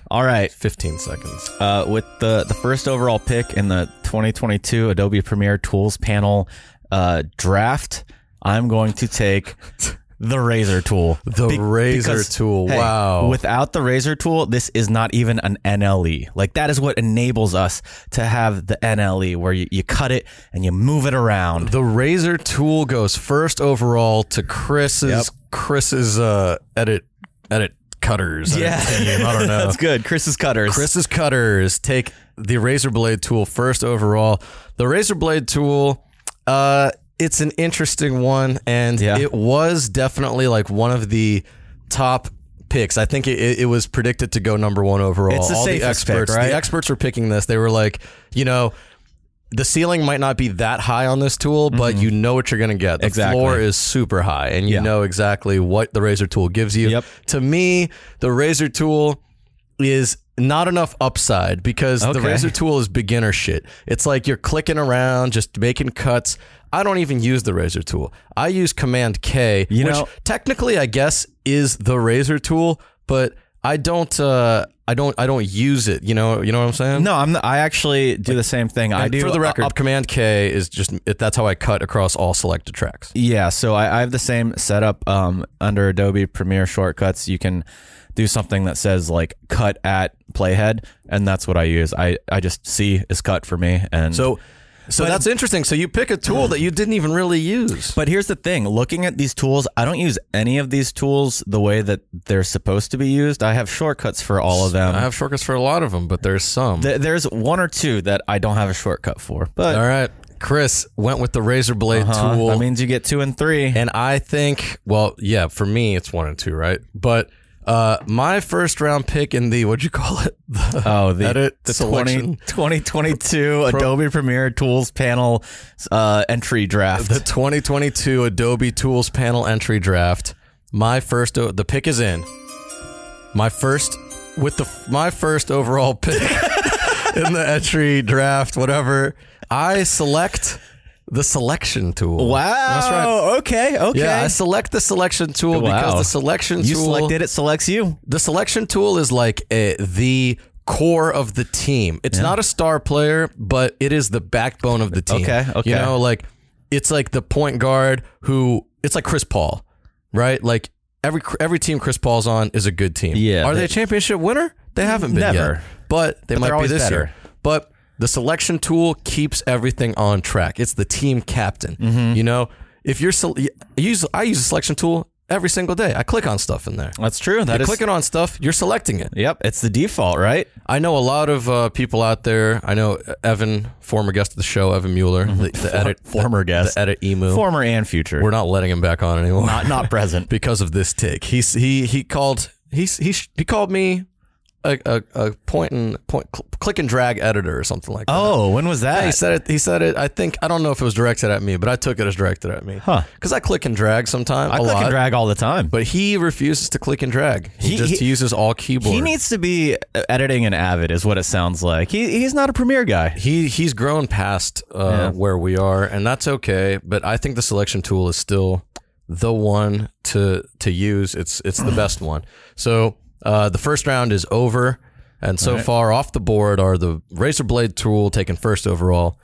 Speaker 2: All right.
Speaker 4: 15 seconds.
Speaker 2: uh, with the, the first overall pick in the 2022 Adobe Premiere Tools panel uh, draft, I'm going to take the Razor tool.
Speaker 4: The Razor tool. Wow.
Speaker 2: Without the Razor tool, this is not even an NLE. Like, that is what enables us to have the NLE where you, you cut it and you move it around.
Speaker 4: The razor tool goes first overall to Chris's
Speaker 2: Yep.
Speaker 4: Chris's uh edit edit cutters. edit team. I don't know.
Speaker 2: That's good. Chris's cutters.
Speaker 4: Chris's cutters take the razor blade tool first overall. The razor blade tool, uh, it's an interesting one, and
Speaker 2: Yeah.
Speaker 4: it was definitely like one of the top picks. I think it- it, it was predicted to go number one overall.
Speaker 2: It's the
Speaker 4: All the
Speaker 2: safest pick,
Speaker 4: experts,
Speaker 2: right?
Speaker 4: the experts were picking this. They were like, you know. the ceiling might not be that high on this tool, but you know what you're going to get. The
Speaker 2: Mm-hmm. Exactly.
Speaker 4: floor is super high, and you
Speaker 2: Yeah.
Speaker 4: know exactly what the razor tool gives you. To me, the razor tool is not enough upside because the
Speaker 2: Okay.
Speaker 4: razor tool is beginner shit. It's like you're clicking around, just making cuts. I don't even use the razor tool. I use Command K, which
Speaker 2: know-
Speaker 4: technically I guess is the razor tool, but I don't. Uh, I don't. I don't use it. You know. You know what I'm saying?
Speaker 2: No, I'm. I actually do the same thing. I
Speaker 4: And
Speaker 2: do
Speaker 4: For the
Speaker 2: uh,
Speaker 4: record, Command K is just it, that's how I cut across all selected tracks.
Speaker 2: Yeah, so I, I have the same setup um, under Adobe Premiere Shortcuts. You can do something that says like "cut at playhead," and that's what I use. I, I just C is cut for me, and
Speaker 4: so so that's interesting. So you pick a tool that you didn't even really use.
Speaker 2: But here's the thing: looking at these tools, I don't use any of these tools the way that they're supposed to be used. I have shortcuts for all of them.
Speaker 4: I have shortcuts for a lot of them, but there's some.
Speaker 2: Th- there's one or two that I don't have a shortcut for. But
Speaker 4: all right, Chris went with the razor blade
Speaker 2: Uh-huh.
Speaker 4: tool.
Speaker 2: That means you get two and three.
Speaker 4: And I think, well, yeah, for me it's one and two, right? But uh, my first round pick in the what'd you call it? The
Speaker 2: Oh, the,
Speaker 4: edit
Speaker 2: the 20,
Speaker 4: selection.
Speaker 2: 2022 Adobe Premiere Tools panel uh, entry draft.
Speaker 4: the 2022 Adobe Tools panel entry draft. My first, o- the pick is in. My first, with the my first overall pick in the entry draft, whatever. I select the selection tool.
Speaker 2: Wow. Okay. Okay.
Speaker 4: Yeah, I select the selection tool because
Speaker 2: Wow.
Speaker 4: the selection
Speaker 2: You
Speaker 4: tool
Speaker 2: selected it, selects you.
Speaker 4: The selection tool is like a, the core of the team. It's not a star player, but it is the backbone of the team.
Speaker 2: Okay, okay.
Speaker 4: You know, like it's like the point guard who it's like Chris Paul, right? Like every every team Chris Paul's on is a good team.
Speaker 2: Yeah,
Speaker 4: Are they,
Speaker 2: they-
Speaker 4: a championship winner? They haven't been
Speaker 2: Never.
Speaker 4: yet. But they
Speaker 2: But they're
Speaker 4: might be
Speaker 2: always
Speaker 4: this
Speaker 2: better.
Speaker 4: year. But the selection tool keeps everything on track. It's the team captain.
Speaker 2: Mm-hmm.
Speaker 4: You know, if you're sel- I use I use a selection tool every single day. I click on stuff in there.
Speaker 2: That's true. That
Speaker 4: you're
Speaker 2: is-
Speaker 4: clicking on stuff. You're selecting it.
Speaker 2: Yep. It's the default, right?
Speaker 4: I know a lot of uh, people out there. I know uh, Evan, former guest of the show, Evan Mueller, the, the edit,
Speaker 2: Mm-hmm. former
Speaker 4: the-
Speaker 2: guest.
Speaker 4: the edit emu,
Speaker 2: Former and future.
Speaker 4: We're not letting him back on anymore.
Speaker 2: Not- not present.
Speaker 4: because of this take. He he he called he he he called me a, a, a point and point cl- click and drag editor or something like that.
Speaker 2: Oh, when was that?
Speaker 4: Yeah, he said it. He said it. I think I don't know if it was directed at me, but I took it as directed at me.
Speaker 2: Huh.
Speaker 4: Because I click and drag sometimes.
Speaker 2: I
Speaker 4: a
Speaker 2: click
Speaker 4: lot,
Speaker 2: and drag all the time.
Speaker 4: But he refuses to click and drag. He,
Speaker 2: He-
Speaker 4: just
Speaker 2: he-
Speaker 4: uses all keyboard.
Speaker 2: He needs to be uh, editing an Avid, is what it sounds like. He, he's not a Premiere guy.
Speaker 4: he he's grown past uh,
Speaker 2: Yeah.
Speaker 4: where we are, and that's okay. But I think the selection tool is still the one to to use. It's it's the best one. So uh, the first round is over, and so
Speaker 2: All right.
Speaker 4: far off the board are the razor blade tool taken first overall,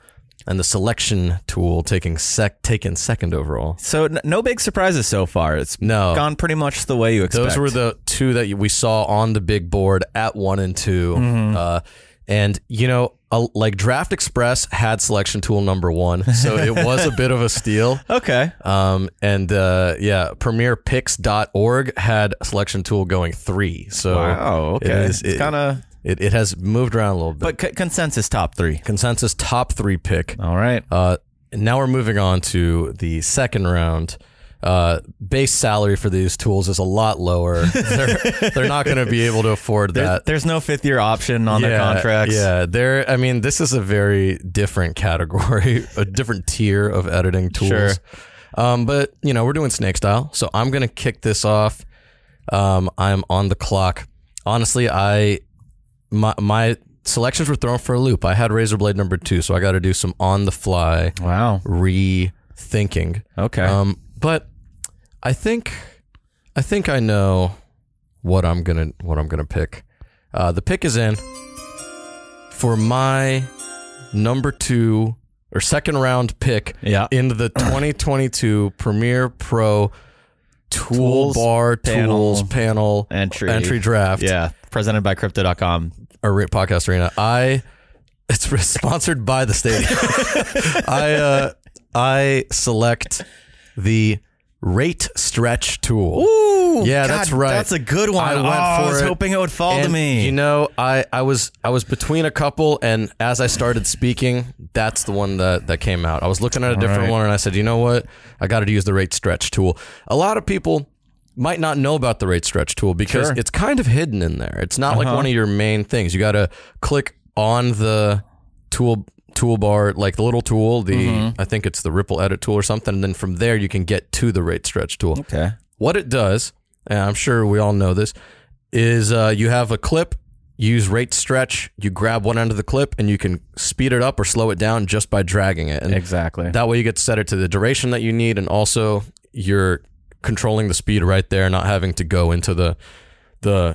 Speaker 4: and the selection tool taking sec taken second overall.
Speaker 2: So n- no big surprises so far. It's
Speaker 4: No.
Speaker 2: gone pretty much the way you expect.
Speaker 4: Those were the two that we saw on the big board at one and 2
Speaker 2: Mm-hmm.
Speaker 4: Uh, and you know, a, like Draft Express had selection tool number one, so it was a bit of a steal.
Speaker 2: okay.
Speaker 4: Um, and uh, yeah, PremierPicks.org had selection tool going three. So
Speaker 2: Wow,
Speaker 4: it
Speaker 2: okay.
Speaker 4: is-
Speaker 2: It's
Speaker 4: it-
Speaker 2: kinda-
Speaker 4: it, it has moved around a little bit.
Speaker 2: But c- consensus top three.
Speaker 4: consensus top three pick.
Speaker 2: All right.
Speaker 4: Uh, now we're moving on to the second round. Uh, base salary for these tools is a lot lower. they're, they're not going to be able to afford
Speaker 2: There-
Speaker 4: that.
Speaker 2: there's no fifth year option on their contracts.
Speaker 4: Yeah, they're. I mean, this is a very different category, a different tier of editing tools.
Speaker 2: Sure.
Speaker 4: Um, but you know, we're doing snake style, so I'm gonna kick this off. Um, I'm on the clock. Honestly, I my my selections were thrown for a loop. I had razor blade number two, so I got to do some on the fly
Speaker 2: Wow.
Speaker 4: rethinking.
Speaker 2: Okay.
Speaker 4: Um, but I think I think I know what I'm gonna what I'm gonna pick. Uh, the pick is in for my number two or second round pick
Speaker 2: Yeah.
Speaker 4: in the 2022 Premiere Pro
Speaker 2: Tools
Speaker 4: Toolbar
Speaker 2: panel
Speaker 4: Tools Panel
Speaker 2: entry.
Speaker 4: entry draft
Speaker 2: yeah. Presented by crypto.com.
Speaker 4: Ar- podcast arena. I it's sponsored by the stadium. I uh, I select the rate stretch tool.
Speaker 2: Ooh,
Speaker 4: yeah, that's
Speaker 2: God,
Speaker 4: right.
Speaker 2: That's a good one.
Speaker 4: I went
Speaker 2: Oh, I
Speaker 4: for
Speaker 2: was
Speaker 4: it.
Speaker 2: hoping it would fall to
Speaker 4: And,
Speaker 2: me.
Speaker 4: You know, I, I was I was between a couple, and as I started speaking, that's the one that that came out. I was looking at a different
Speaker 2: right.
Speaker 4: one, and I said, you know what, I got to use the rate stretch tool. A lot of people might not know about the rate stretch tool because
Speaker 2: Sure. Uh-huh.
Speaker 4: it's kind of hidden in there. It's not like one of your main things. You got to click on the tool toolbar, like the little tool, the
Speaker 2: Mhm.
Speaker 4: I think it's the Ripple Edit tool or something, and then from there you can get to the Rate Stretch tool.
Speaker 2: Okay.
Speaker 4: What it does, and I'm sure we all know this, is uh, you have a clip, you use Rate Stretch, you grab one end of the clip, and you can speed it up or slow it down just by dragging it. And
Speaker 2: exactly.
Speaker 4: That way you get to set it to the duration that you need, and also you're controlling the speed right there, not having to go into the the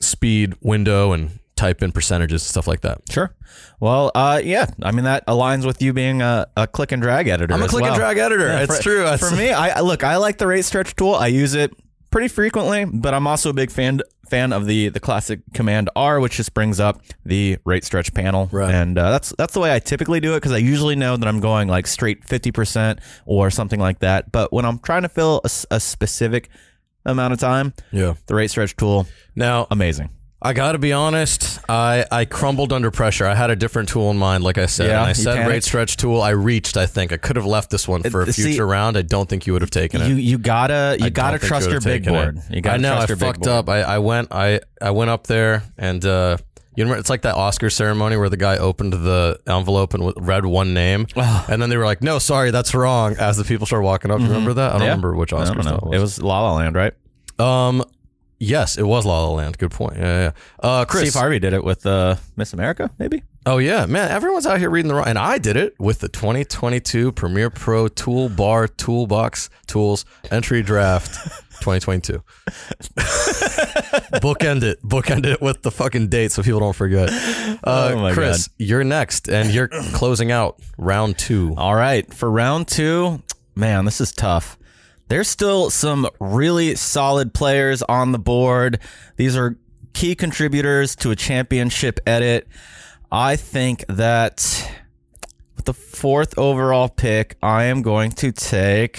Speaker 4: speed window and type in percentages and stuff like that.
Speaker 2: Sure. Well, uh, yeah. I mean, that aligns with you being a, a click and drag editor.
Speaker 4: I'm a
Speaker 2: as
Speaker 4: click and
Speaker 2: well.
Speaker 4: drag editor.
Speaker 2: Yeah,
Speaker 4: It's
Speaker 2: for-
Speaker 4: true. I-
Speaker 2: For me, I I- look. I like the rate stretch tool. I use it pretty frequently, but I'm also a big fan fan of the the classic command R, which just brings up the rate stretch panel. Right. And uh, that's that's the way I typically do it because I usually know that I'm going like straight 50 percent or something like that. But when I'm trying to fill a, s- a specific amount of time,
Speaker 4: yeah,
Speaker 2: the rate stretch tool.
Speaker 4: Now,
Speaker 2: amazing.
Speaker 4: I got to be honest, I, I crumbled under pressure. I had a different tool in mind, like I said.
Speaker 2: Yeah,
Speaker 4: and I
Speaker 2: you
Speaker 4: said rate
Speaker 2: panicked?
Speaker 4: stretch tool. I reached, I think. I could have left this one for a
Speaker 2: see-
Speaker 4: future round. I don't think you would have taken it.
Speaker 2: You you gotta you
Speaker 4: I don't
Speaker 2: gotta
Speaker 4: think you
Speaker 2: trust
Speaker 4: would
Speaker 2: your
Speaker 4: have
Speaker 2: big
Speaker 4: taken it.
Speaker 2: board. You gotta
Speaker 4: I know,
Speaker 2: trust
Speaker 4: I
Speaker 2: your big
Speaker 4: fucked
Speaker 2: board.
Speaker 4: up. I, I went I, I went up there and uh, you remember it's like that Oscar ceremony where the guy opened the envelope and w- read one name, and then they were like, "No, sorry, that's wrong." As the people start walking up, You remember that? I don't
Speaker 2: Mm-hmm. Yeah.
Speaker 4: remember which
Speaker 2: I
Speaker 4: Oscars
Speaker 2: don't know.
Speaker 4: that was.
Speaker 2: It was La La Land, right?
Speaker 4: Um, yes, it was La La Land. Good point. Yeah, yeah. Uh, Chris
Speaker 2: Steve Harvey did it with uh, Miss America, maybe.
Speaker 4: Oh yeah, man! Everyone's out here reading the wrong, and I did it with the 2022 Premiere Pro Toolbar Toolbox Tools Entry Draft 2022. bookend it, bookend it with the fucking date so people don't forget. Uh,
Speaker 2: Oh, my
Speaker 4: Chris,
Speaker 2: God.
Speaker 4: you're next, and you're closing out round two.
Speaker 2: All right, for round two, man, this is tough. There's still some really solid players on the board. These are key contributors to a championship edit. I think that with the fourth overall pick, I am going to take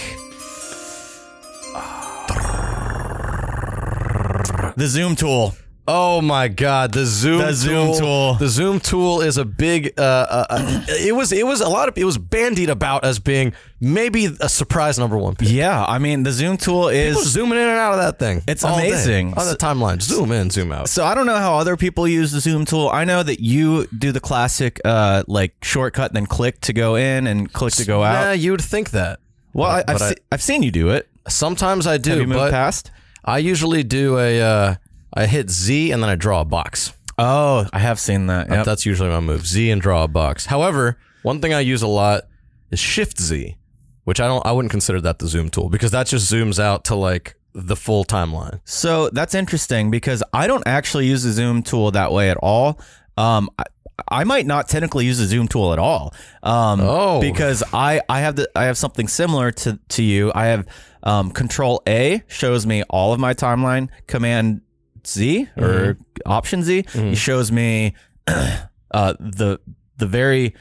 Speaker 2: the Zoom tool.
Speaker 4: Oh my God, the Zoom
Speaker 2: The Zoom tool.
Speaker 4: The Zoom tool is a big. Uh, uh, uh, it was it was a lot of it was bandied about as being maybe a surprise number one pick.
Speaker 2: Yeah, I mean the Zoom tool is
Speaker 4: People zooming in and out of that thing.
Speaker 2: It's
Speaker 4: all day,
Speaker 2: amazing.
Speaker 4: on the timeline. Zoom in, zoom out.
Speaker 2: So I don't know how other people use the Zoom tool. I know that you do the classic uh, like shortcut, then click to go in and click to go out.
Speaker 4: Yeah, you would think that.
Speaker 2: Well, I, I've,
Speaker 4: but I-
Speaker 2: se- I've seen you do it.
Speaker 4: Sometimes I do.
Speaker 2: Have you moved
Speaker 4: but
Speaker 2: past?
Speaker 4: I usually do a. Uh, I hit Z and then I draw a box.
Speaker 2: Oh, I have seen that. Yep.
Speaker 4: That's usually my move. Z and draw a box. However, one thing I use a lot is Shift Z, which I don't. I wouldn't consider that the zoom tool because that just zooms out to like the full timeline.
Speaker 2: So that's interesting because I don't actually use the Zoom tool that way at all. Um, I, I might not technically use the Zoom tool at all. Um,
Speaker 4: Oh.
Speaker 2: because I, I have the I have something similar to to you. I have um, Control A shows me all of my timeline. Command Z or Option Z shows me uh, the the very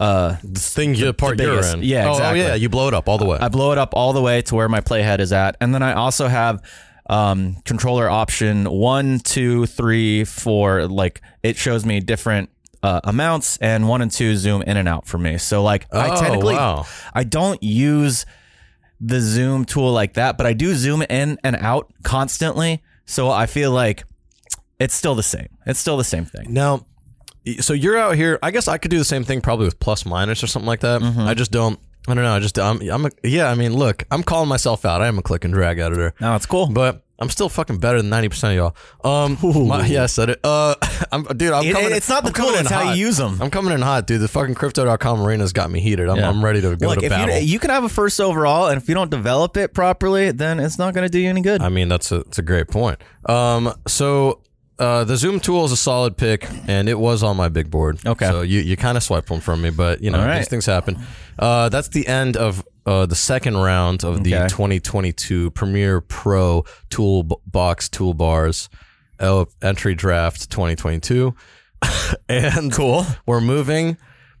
Speaker 2: uh,
Speaker 4: The thing, the, part
Speaker 2: the
Speaker 4: you're
Speaker 2: biggest.
Speaker 4: in.
Speaker 2: Yeah,
Speaker 4: Oh,
Speaker 2: exactly.
Speaker 4: Oh, yeah, you blow it up all the way.
Speaker 2: I blow it up all the way to where my playhead is at, and then I also have um, controller option one, two, three, four. Like it shows me different uh, amounts, and one and two zoom in and out for me. So like I
Speaker 4: Oh,
Speaker 2: technically
Speaker 4: wow.
Speaker 2: I don't use the zoom tool like that, but I do zoom in and out constantly. So I feel like it's still the same. It's still the same thing.
Speaker 4: Now, so you're out here. I guess I could do the same thing probably with plus minus or something like that.
Speaker 2: Mm-hmm.
Speaker 4: I just don't. I don't know. I just I'm I'm a, yeah. I mean, look, I'm calling myself out. I am a click and drag editor,
Speaker 2: No, it's cool.
Speaker 4: but I'm still fucking better than ninety percent of y'all. Um, my, yeah, I said it. Uh, I'm dude. I'm
Speaker 2: It-
Speaker 4: coming. in-
Speaker 2: it's not the
Speaker 4: I'm coming
Speaker 2: tool,
Speaker 4: in
Speaker 2: it's how you
Speaker 4: hot.
Speaker 2: use 'em.
Speaker 4: I'm coming in hot, dude. The fucking crypto.com arena's got me heated. I'm, I'm ready to go
Speaker 2: Look,
Speaker 4: to
Speaker 2: if
Speaker 4: battle.
Speaker 2: you, you can have a first overall, and if you don't develop it properly, then it's not going to do you any good.
Speaker 4: I mean, that's a that's a great point. Um, so. Uh, the Zoom tool is a solid pick, and it was on my big board.
Speaker 2: Okay.
Speaker 4: so you, you kind of swiped one from me, but you know
Speaker 2: All right.
Speaker 4: these things happen. Uh, that's the end of uh, the second round of the
Speaker 2: Okay.
Speaker 4: 2022 Premiere Pro Toolbox Toolbars uh, Entry Draft 2022, and cool. We're moving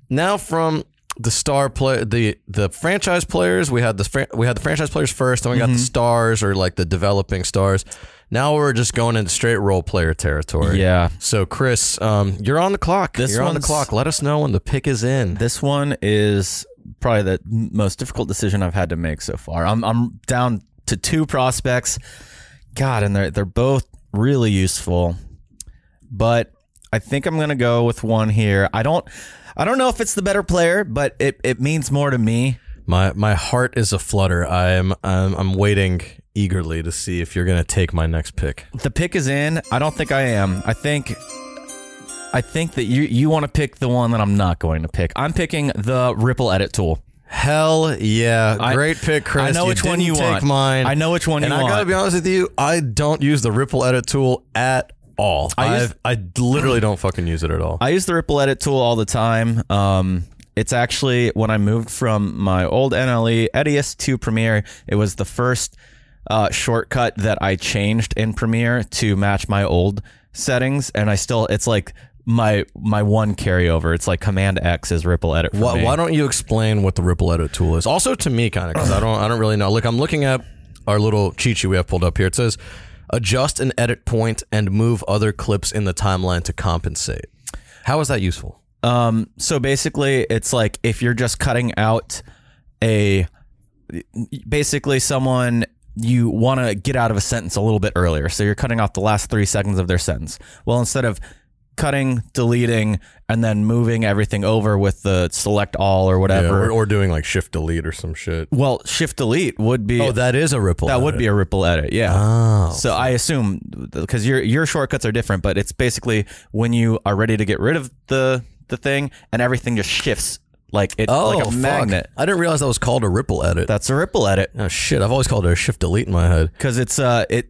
Speaker 4: now from the star play the the franchise players. We had the fran- we had the franchise players first, then we
Speaker 2: Mm-hmm.
Speaker 4: got the stars or like the developing stars. Now we're just going into straight role player territory.
Speaker 2: Yeah.
Speaker 4: So Chris, um, you're on the clock.
Speaker 2: This
Speaker 4: you're on the
Speaker 2: one's-
Speaker 4: clock. Let us know when the pick is in.
Speaker 2: This one is probably the most difficult decision I've had to make so far. I'm I'm down to two prospects. God, and they're they're both really useful. But I think I'm gonna go with one here. I don't I don't know if it's the better player, but it, it means more to me.
Speaker 4: My my heart is aflutter. I'm I'm, I'm waiting eagerly to see if you're going to take my next pick.
Speaker 2: The pick is in. I don't think I am. I think I think that you you want to pick the one that I'm not going to pick. I'm picking the Ripple Edit tool.
Speaker 4: Hell yeah. Great pick, Chris.
Speaker 2: I know
Speaker 4: You
Speaker 2: which one
Speaker 4: didn't
Speaker 2: you
Speaker 4: take
Speaker 2: want.
Speaker 4: Mine.
Speaker 2: I know which one
Speaker 4: and
Speaker 2: you
Speaker 4: I
Speaker 2: want.
Speaker 4: gotta be honest with you, I don't use the Ripple Edit tool at all.
Speaker 2: I
Speaker 4: I
Speaker 2: use-
Speaker 4: I literally don't fucking use it at all.
Speaker 2: I use the Ripple Edit tool all the time. Um, it's actually when I moved from my old E, NLE EDS to Premiere, it was the first uh, shortcut that I changed in Premiere to match my old settings, and I still it's like my my one carryover. It's like Command X is Ripple Edit. For
Speaker 4: Why,
Speaker 2: me.
Speaker 4: why don't you explain what the Ripple Edit tool is? Also to me, kind of, because I don't, I don't really know. Look, I'm looking at our little cheat sheet we have pulled up here. It says, adjust an edit point and move other clips in the timeline to compensate. How is that useful?
Speaker 2: Um, so basically, it's like if you're just cutting out a basically someone you want to get out of a sentence a little bit earlier. So you're cutting off the last three seconds of their sentence. Well, instead of cutting, deleting, and then moving everything over with the select all or whatever,
Speaker 4: or, or doing like shift delete or some shit.
Speaker 2: well, shift delete would be.
Speaker 4: Oh, that is a ripple.
Speaker 2: That would
Speaker 4: edit.
Speaker 2: be a ripple edit, yeah.
Speaker 4: Oh.
Speaker 2: so I assume because your your shortcuts are different, but it's basically when you are ready to get rid of the the thing and everything just shifts like it
Speaker 4: Oh,
Speaker 2: like a
Speaker 4: fuck.
Speaker 2: magnet.
Speaker 4: I didn't realize that was called a ripple edit.
Speaker 2: That's a ripple edit.
Speaker 4: Oh shit! I've always called it a shift delete in my head.
Speaker 2: because it's uh it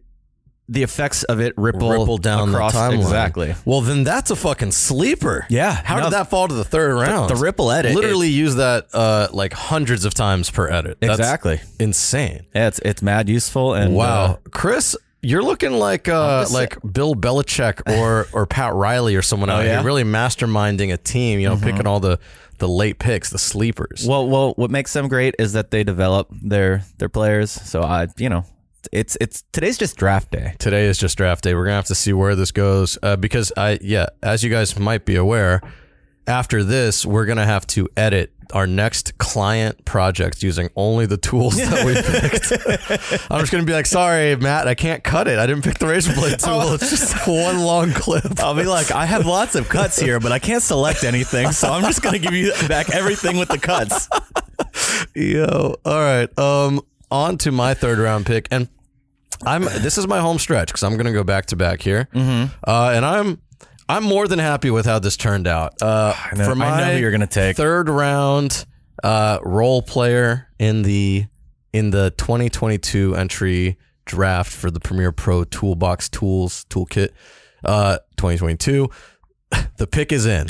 Speaker 2: the effects of it ripple,
Speaker 4: Ripple down the
Speaker 2: across
Speaker 4: timeline.
Speaker 2: exactly.
Speaker 4: Well, then that's a fucking sleeper.
Speaker 2: Yeah.
Speaker 4: How
Speaker 2: No,
Speaker 4: did that fall to the third round?
Speaker 2: the ripple edit,
Speaker 4: Literally use that uh, like hundreds of times per edit. That's
Speaker 2: Exactly.
Speaker 4: Insane.
Speaker 2: Yeah, it's it's mad useful and
Speaker 4: wow,
Speaker 2: uh,
Speaker 4: Chris, you're looking like uh, like Bill Belichick or or Pat Riley or someone
Speaker 2: Oh,
Speaker 4: out
Speaker 2: yeah? Mm-hmm.
Speaker 4: here, really masterminding a team. You know, picking all the the late picks, the sleepers.
Speaker 2: well, well, what makes them great is that they develop their their players. So I, you know, it's it's today's just draft day.
Speaker 4: today is just draft day. We're gonna have to see where this goes uh, because I yeah, as you guys might be aware, after this we're gonna have to edit our next client project using only the tools that we picked. I'm just gonna be like, sorry, Matt, I can't cut it. I didn't pick the razor blade tool. It's just one long clip.
Speaker 2: Oh. I'll be like, I have lots of cuts here, but I can't select anything, so I'm just gonna give you back everything with the cuts.
Speaker 4: Yo, all right. Um, on to my third round pick, and I'm this is my home stretch because I'm gonna go back to back here, mm-hmm. uh, and I'm I'm more than happy with how this turned out. Uh,
Speaker 2: know-
Speaker 4: for
Speaker 2: I know
Speaker 4: my
Speaker 2: who you're gonna take.
Speaker 4: third round uh, role player in the in the 2022 entry draft for the Premiere Pro Toolbox Tools Toolkit uh, 2022. The pick is in.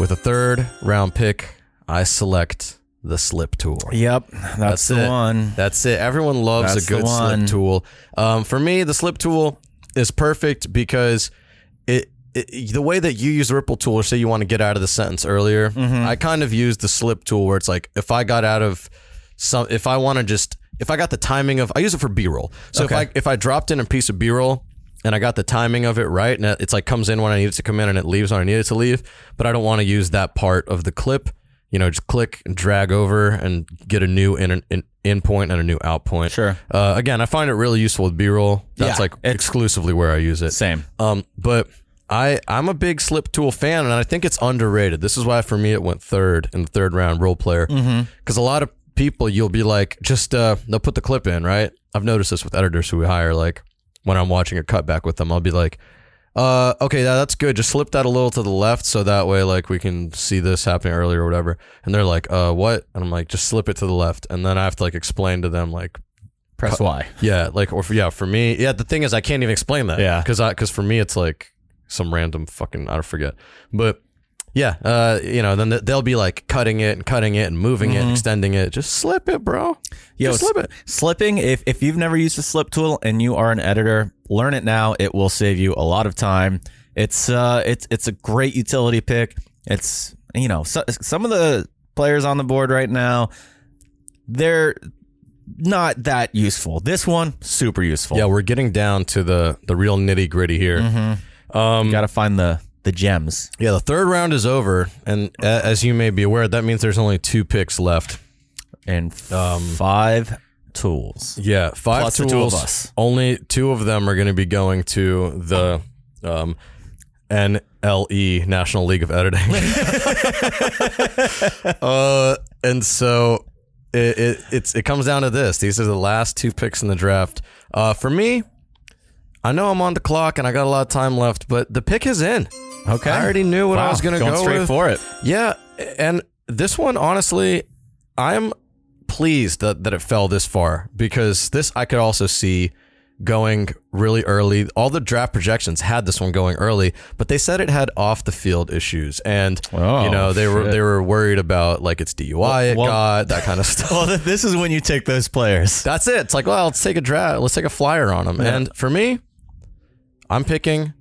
Speaker 4: With a third round pick, I select the slip tool.
Speaker 2: Yep, that's, the
Speaker 4: it.
Speaker 2: one.
Speaker 4: That's it. Everyone loves
Speaker 2: That's
Speaker 4: a
Speaker 2: the
Speaker 4: good
Speaker 2: one.
Speaker 4: slip tool. Um, for me, the slip tool is perfect because it, it the way that you use the ripple tool, or say you want to get out of the sentence earlier,
Speaker 2: Mm-hmm.
Speaker 4: I kind of use the slip tool where it's like if I got out of some, if I want to just if I got the timing of, I use it for B roll. So if I if I dropped in a piece of B roll. And I got the timing of it right, and it's like comes in when I need it to come in, and it leaves when I need it to leave. But I don't want to use that part of the clip you know, just click and drag over and get a new in an in, in point and a new out point.
Speaker 2: Sure.
Speaker 4: Uh, again, I find it really useful with B roll. That's
Speaker 2: Yeah,
Speaker 4: like
Speaker 2: it's-
Speaker 4: exclusively where I use it.
Speaker 2: Same.
Speaker 4: Um, but I I'm a big slip tool fan, and I think it's underrated. This is why for me it went third in the third round role player because a lot of people you'll be like just uh they'll put the clip in right. I've noticed this with editors who we hire. Like when I'm watching a cutback with them, I'll be like. Uh, okay, yeah, that's good. Just slip that a little to the left so that way, like, we can see this happening earlier or whatever. And they're like, uh, what? And I'm like, just slip it to the left. And then I have to, like, explain to them, like,
Speaker 2: Press Y.
Speaker 4: yeah, like or for, yeah, for me, yeah. The thing is, I can't even explain that.
Speaker 2: Yeah.
Speaker 4: because because for me, it's like some random fucking I forget. But yeah, uh, you know, then th- they'll be like cutting it and cutting it and moving it, and extending it. Just slip it, bro.
Speaker 2: Yo,
Speaker 4: just slip it.
Speaker 2: Slipping, if, if you've never used a slip tool and you are an editor, learn it now. It will save you a lot of time. It's uh it's it's a great utility pick. It's you know, so, some of the players on the board right now, they're not that useful. This one, super useful.
Speaker 4: Yeah, we're getting down to the the real nitty gritty here.
Speaker 2: you gotta find the the gems.
Speaker 4: Yeah, the third round is over, and a- as you may be aware, that means there's only two picks left.
Speaker 2: And
Speaker 4: Um,
Speaker 2: five tools.
Speaker 4: Yeah, five
Speaker 2: Plus the
Speaker 4: tools.
Speaker 2: two of us.
Speaker 4: Only two of them are going to be going to the um, NLE, National League of Editing. uh, and so it, it it's it comes down to this. These are the last two picks in the draft. Uh, for me, I know I'm on the clock and I got a lot of time left, but the pick is in. Okay, I already knew what I
Speaker 2: Wow,
Speaker 4: was gonna
Speaker 2: going
Speaker 4: go
Speaker 2: straight
Speaker 4: with.
Speaker 2: for it.
Speaker 4: Yeah, and this one, honestly, I'm pleased that, that it fell this far because this I could also see going really early. All the draft projections had this one going early, but they said it had off the field issues, and you know they were
Speaker 2: Oh, shit.
Speaker 4: they were worried about like its DUI it
Speaker 2: Well-
Speaker 4: got that kind of stuff.
Speaker 2: Well, this is when you take those players.
Speaker 4: That's it. It's like well, let's take a draft, let's take a flyer on them,
Speaker 2: Yeah.
Speaker 4: and for me, I'm picking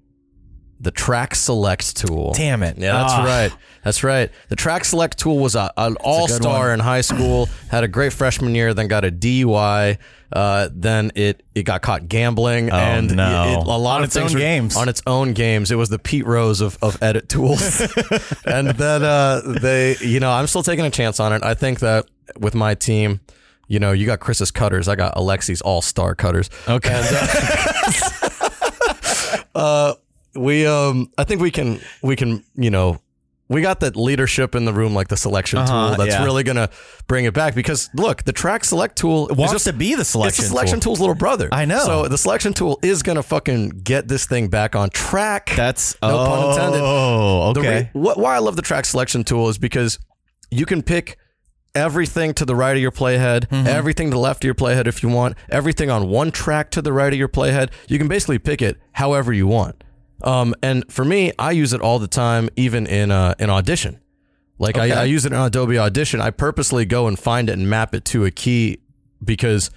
Speaker 4: the track select tool.
Speaker 2: Damn it.
Speaker 4: Yeah, that's
Speaker 2: Ah.
Speaker 4: right. That's right. The track select tool was a, an all star in high school, had a great freshman year, then got a DUI. Uh, then it, it got caught gambling
Speaker 2: Oh,
Speaker 4: and
Speaker 2: no.
Speaker 4: it- it- a lot
Speaker 2: On
Speaker 4: of
Speaker 2: its
Speaker 4: things
Speaker 2: own
Speaker 4: were-
Speaker 2: games.
Speaker 4: on its own games. It was the Pete Rose of, of edit tools. and then uh, they, you know, I'm still taking a chance on it. I think that with my team, you know, you got Chris's cutters. I got Alexi's all star cutters. Okay. Uh, we um, I think we can we can you know we got that leadership in the room like the selection
Speaker 2: Uh-huh,
Speaker 4: tool that's
Speaker 2: yeah.
Speaker 4: really gonna bring it back because look the track select tool
Speaker 2: It wants
Speaker 4: is just-
Speaker 2: to be the selection
Speaker 4: it's the selection
Speaker 2: tool.
Speaker 4: tool's little brother
Speaker 2: I know.
Speaker 4: so the selection tool is gonna fucking get this thing back on track that's no pun intended
Speaker 2: Oh,
Speaker 4: The
Speaker 2: okay.
Speaker 4: wh- why I love the track selection tool is because you can pick everything to the right of your playhead,
Speaker 2: Mm-hmm.
Speaker 4: everything to the left of your playhead if you want, everything on one track to the right of your playhead. You can basically pick it however you want. Um, and for me, I use it all the time, even in uh, in Audition. Like
Speaker 2: Okay.
Speaker 4: I, I use it in Adobe Audition. I purposely go and find it and map it to a key because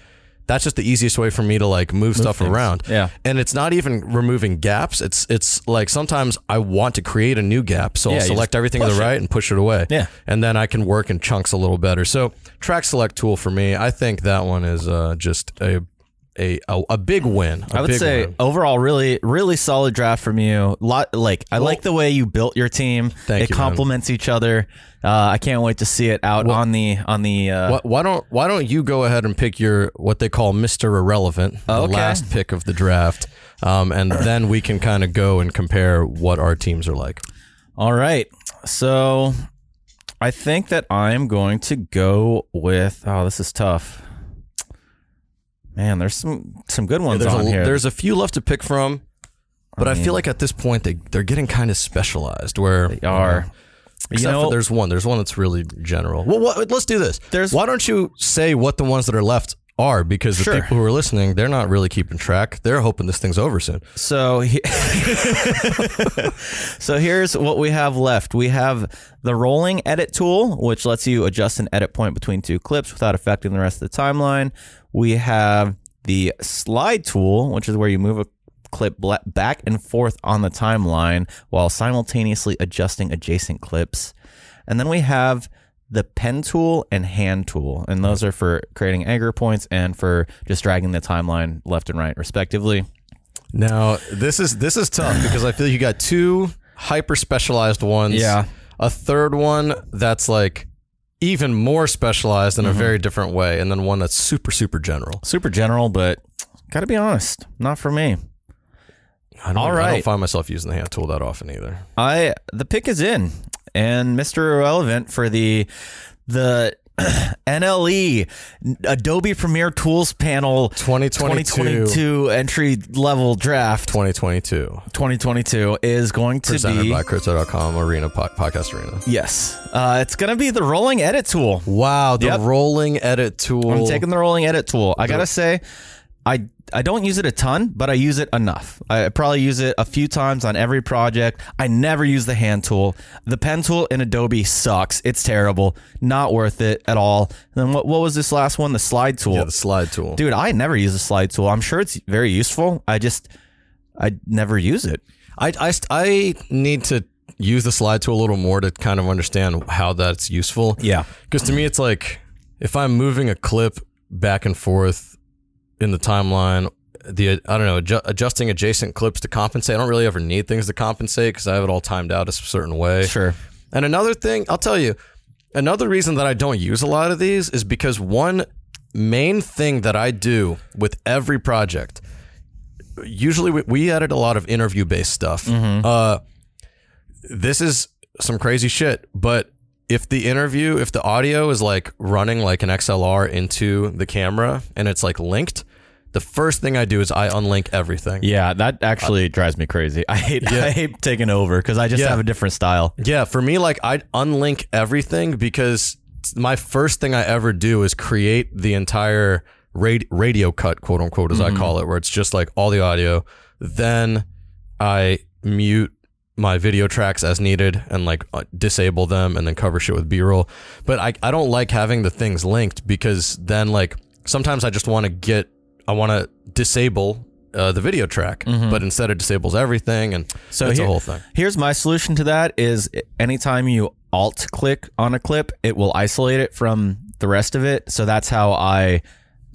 Speaker 4: that's just the easiest way for me to like move, stuff
Speaker 2: things.
Speaker 4: around.
Speaker 2: Yeah.
Speaker 4: And it's not even removing gaps. It's it's like sometimes I want to create a new gap, so
Speaker 2: Yeah,
Speaker 4: I'll
Speaker 2: you
Speaker 4: select
Speaker 2: just
Speaker 4: everything to the
Speaker 2: push it.
Speaker 4: right and push it away.
Speaker 2: Yeah.
Speaker 4: And then I can work in chunks a little better. So track select tool for me, I think that one is uh, just a a a, a big win. I
Speaker 2: I would say overall, really, really solid draft from you. Lot like I like the way you built your team.
Speaker 4: Thank
Speaker 2: it
Speaker 4: you, man.
Speaker 2: complements each other. Uh, I can't wait to see it out on the on the. Uh,
Speaker 4: why, why don't why don't you go ahead and pick your what they call Mister Irrelevant, the
Speaker 2: Oh, Okay.
Speaker 4: last pick of the draft, um, and then we can kind of go and compare what our teams are like.
Speaker 2: All right, so I think that I'm going to go with. Oh, this is tough. Man, there's some some good ones
Speaker 4: there's
Speaker 2: on
Speaker 4: a,
Speaker 2: here. Mm.
Speaker 4: There's a few left to pick from, but I,
Speaker 2: mean-
Speaker 4: feel like at this point they they're getting kind of specialized where they
Speaker 2: are. You
Speaker 4: Except
Speaker 2: know-
Speaker 4: for there's one. There's one that's really general. Well, what, let's do this.
Speaker 2: There's-
Speaker 4: Why don't you say what the ones that are left are? Because the
Speaker 2: Sure.
Speaker 4: people who are listening, they're not really keeping track. They're hoping this thing's over soon.
Speaker 2: So, he- so here's what we have left. We have the rolling edit tool, which lets you adjust an edit point between two clips without affecting the rest of the timeline. We have the slide tool, which is where you move a clip bla- back and forth on the timeline while simultaneously adjusting adjacent clips. And then we have the pen tool and hand tool, and those are for creating anchor points and for just dragging the timeline left and right, respectively.
Speaker 4: Now this is this is tough because I feel you got two hyper specialized ones.
Speaker 2: Yeah.
Speaker 4: A third one that's like even more specialized
Speaker 2: Mm-hmm.
Speaker 4: in a very different way, and then one that's super super general.
Speaker 2: super general, but gotta be honest, not for me.
Speaker 4: I don't,
Speaker 2: All
Speaker 4: I don't
Speaker 2: right.
Speaker 4: find myself using the hand tool that often either.
Speaker 2: I the pick is in, and Mr. Irrelevant for the the NLE Adobe Premiere Tools Panel
Speaker 4: 2022.
Speaker 2: 2022 entry level draft
Speaker 4: 2022
Speaker 2: 2022 is going to
Speaker 4: presented
Speaker 2: be
Speaker 4: by crypto.com arena po- podcast arena
Speaker 2: yes, uh, it's gonna be the rolling edit tool.
Speaker 4: wow the
Speaker 2: Yep.
Speaker 4: rolling edit tool
Speaker 2: I'm taking the rolling edit tool. I gotta say, I I don't use it a ton, but I use it enough. I probably use it a few times on every project. I never use the hand tool. The pen tool in Adobe sucks. It's terrible. Not worth it at all. And then what what was this last one? The slide tool.
Speaker 4: yeah, the slide tool
Speaker 2: Dude, I never use the slide tool. I'm sure it's very useful. I just I never use it.
Speaker 4: I, I st- I need to use the slide tool a little more to kind of understand how that's useful
Speaker 2: Yeah.
Speaker 4: because to me it's like if i'm moving a clip back and forth in the timeline the i don't know adju- adjusting adjacent clips to compensate i don't really ever need things to compensate because i have it all timed out a s- certain way
Speaker 2: Sure.
Speaker 4: And another thing, I'll tell you, another reason that I don't use a lot of these is because one main thing that I do with every project, usually we, we edit a lot of interview based stuff. Uh, this is some crazy shit, but if the interview, if the audio is like running like an XLR into the camera and it's like linked, the first thing I do is I unlink everything.
Speaker 2: Yeah, that actually drives me crazy. I hate I hate taking over because I just
Speaker 4: Yeah.
Speaker 2: have a different style.
Speaker 4: Yeah, for me, like I'd unlink everything because my first thing I ever do is create the entire rad- radio cut, quote unquote, as
Speaker 2: Mhm.
Speaker 4: I call it, where it's just like all the audio. Then I mute my video tracks as needed and like uh, disable them and then cover shit with B roll. But I, I don't like having the things linked because then, like, sometimes I just want to get, I want to disable. Uh, the video track,
Speaker 2: Mhm.
Speaker 4: but instead it disables everything, and so it's
Speaker 2: here-
Speaker 4: a whole thing.
Speaker 2: Here's my solution to that: is anytime you alt click on a clip, it will isolate it from the rest of it. So that's how I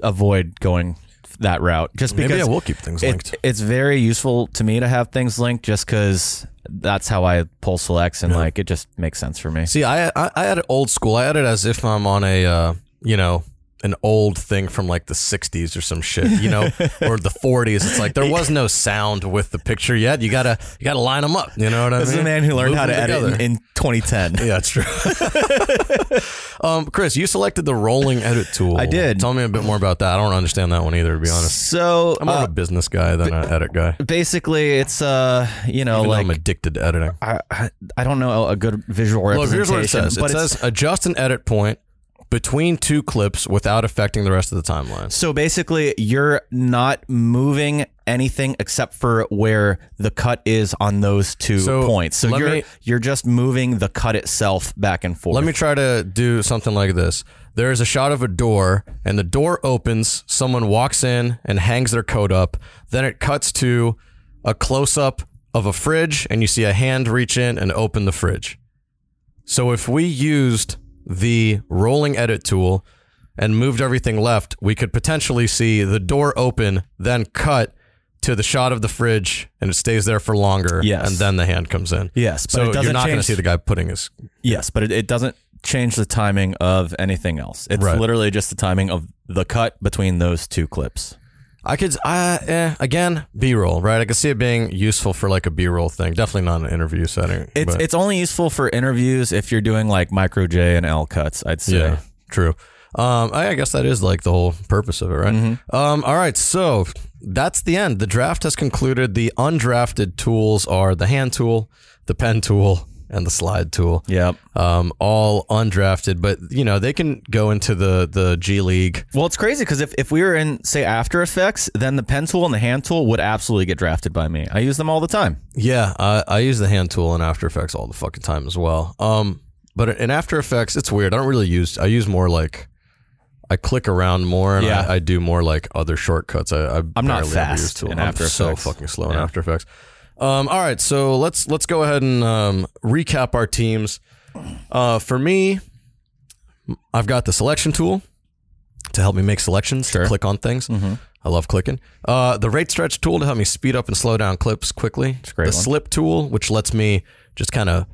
Speaker 2: avoid going that route. Just
Speaker 4: Maybe
Speaker 2: because
Speaker 4: I will keep things
Speaker 2: it-
Speaker 4: linked.
Speaker 2: it's very useful to me to have things linked, just because that's how I pull selects and like it just makes sense for me.
Speaker 4: See, I, I I had it old school. I had it as if I'm on a uh, you know an old thing from like the 60s or some shit, you know, or the 40s. It's like there was no sound with the picture yet. You gotta you gotta line them up. You know what I
Speaker 2: This
Speaker 4: mean?
Speaker 2: is a man who learned
Speaker 4: Move
Speaker 2: how to
Speaker 4: them
Speaker 2: edit
Speaker 4: together.
Speaker 2: in, in 2010.
Speaker 4: yeah, that's true. um, Chris, you selected the rolling edit tool. I did. Tell me a bit more about that. I don't understand that one either, to be honest.
Speaker 2: So
Speaker 4: I'm more
Speaker 2: uh,
Speaker 4: of a business guy than an edit guy.
Speaker 2: basically, it's uh, you know,
Speaker 4: Even though
Speaker 2: like
Speaker 4: I'm addicted to editing.
Speaker 2: I, I I don't know a good visual
Speaker 4: Look,
Speaker 2: representation.
Speaker 4: here's what it says. It
Speaker 2: but it's-
Speaker 4: says adjust an edit point between two clips without affecting the rest of the timeline.
Speaker 2: So basically, you're not moving anything except for where the cut is on those two
Speaker 4: So,
Speaker 2: points. So
Speaker 4: let
Speaker 2: you're
Speaker 4: me-
Speaker 2: you're just moving the cut itself back and forth.
Speaker 4: Let me try to do something like this. There is a shot of a door, and the door opens. Someone walks in and hangs their coat up. Then it cuts to a close up of a fridge, and you see a hand reach in and open the fridge. So if we used the rolling edit tool and moved everything left, we could potentially see the door open, then cut to the shot of the fridge, and it stays there for longer.
Speaker 2: Yes.
Speaker 4: And then the hand comes in.
Speaker 2: Yes, but it
Speaker 4: So you're
Speaker 2: doesn't
Speaker 4: not going to
Speaker 2: change-
Speaker 4: see the guy putting his
Speaker 2: Yes, but it, it doesn't change the timing of anything else. It's
Speaker 4: Right.
Speaker 2: literally just the timing of the cut between those two clips.
Speaker 4: I could, uh, eh, again, B roll, right? I could see it being useful for like a B roll thing. Definitely not an interview setting.
Speaker 2: It's
Speaker 4: but-
Speaker 2: it's only useful for interviews if you're doing like micro J and L cuts. I'd say.
Speaker 4: Yeah, true. Um, I, I guess that is like the whole purpose of it, right?
Speaker 2: Mm-hmm.
Speaker 4: Um, all right, so that's the end. The draft has concluded. The undrafted tools are the hand tool, the pen tool, and the slide tool.
Speaker 2: Yep.
Speaker 4: Um, all undrafted, but you know they can go into the the G League.
Speaker 2: Well, it's crazy because if, if we were in, say, After Effects, then the pen tool and the hand tool would absolutely get drafted by me. I use them all the time.
Speaker 4: Yeah, I, I use the hand tool in After Effects all the fucking time as well. Um, but in After Effects, it's weird. I don't really use. I use more like I click around more, and
Speaker 2: Yeah.
Speaker 4: I, I do more like other shortcuts. I, I
Speaker 2: I'm not
Speaker 4: barely ever
Speaker 2: fast
Speaker 4: use tool.
Speaker 2: in
Speaker 4: I'm
Speaker 2: After
Speaker 4: so
Speaker 2: Effects.
Speaker 4: fucking slow in
Speaker 2: Yeah.
Speaker 4: After Effects. Um, all right, so let's let's go ahead and um, recap our teams. Uh, for me, I've got the selection tool to help me make selections, to click on things.
Speaker 2: Mm-hmm.
Speaker 4: I love clicking. Uh, the rate stretch tool to help me speed up and slow down clips quickly.
Speaker 2: great
Speaker 4: the
Speaker 2: one.
Speaker 4: slip tool, which lets me just kind of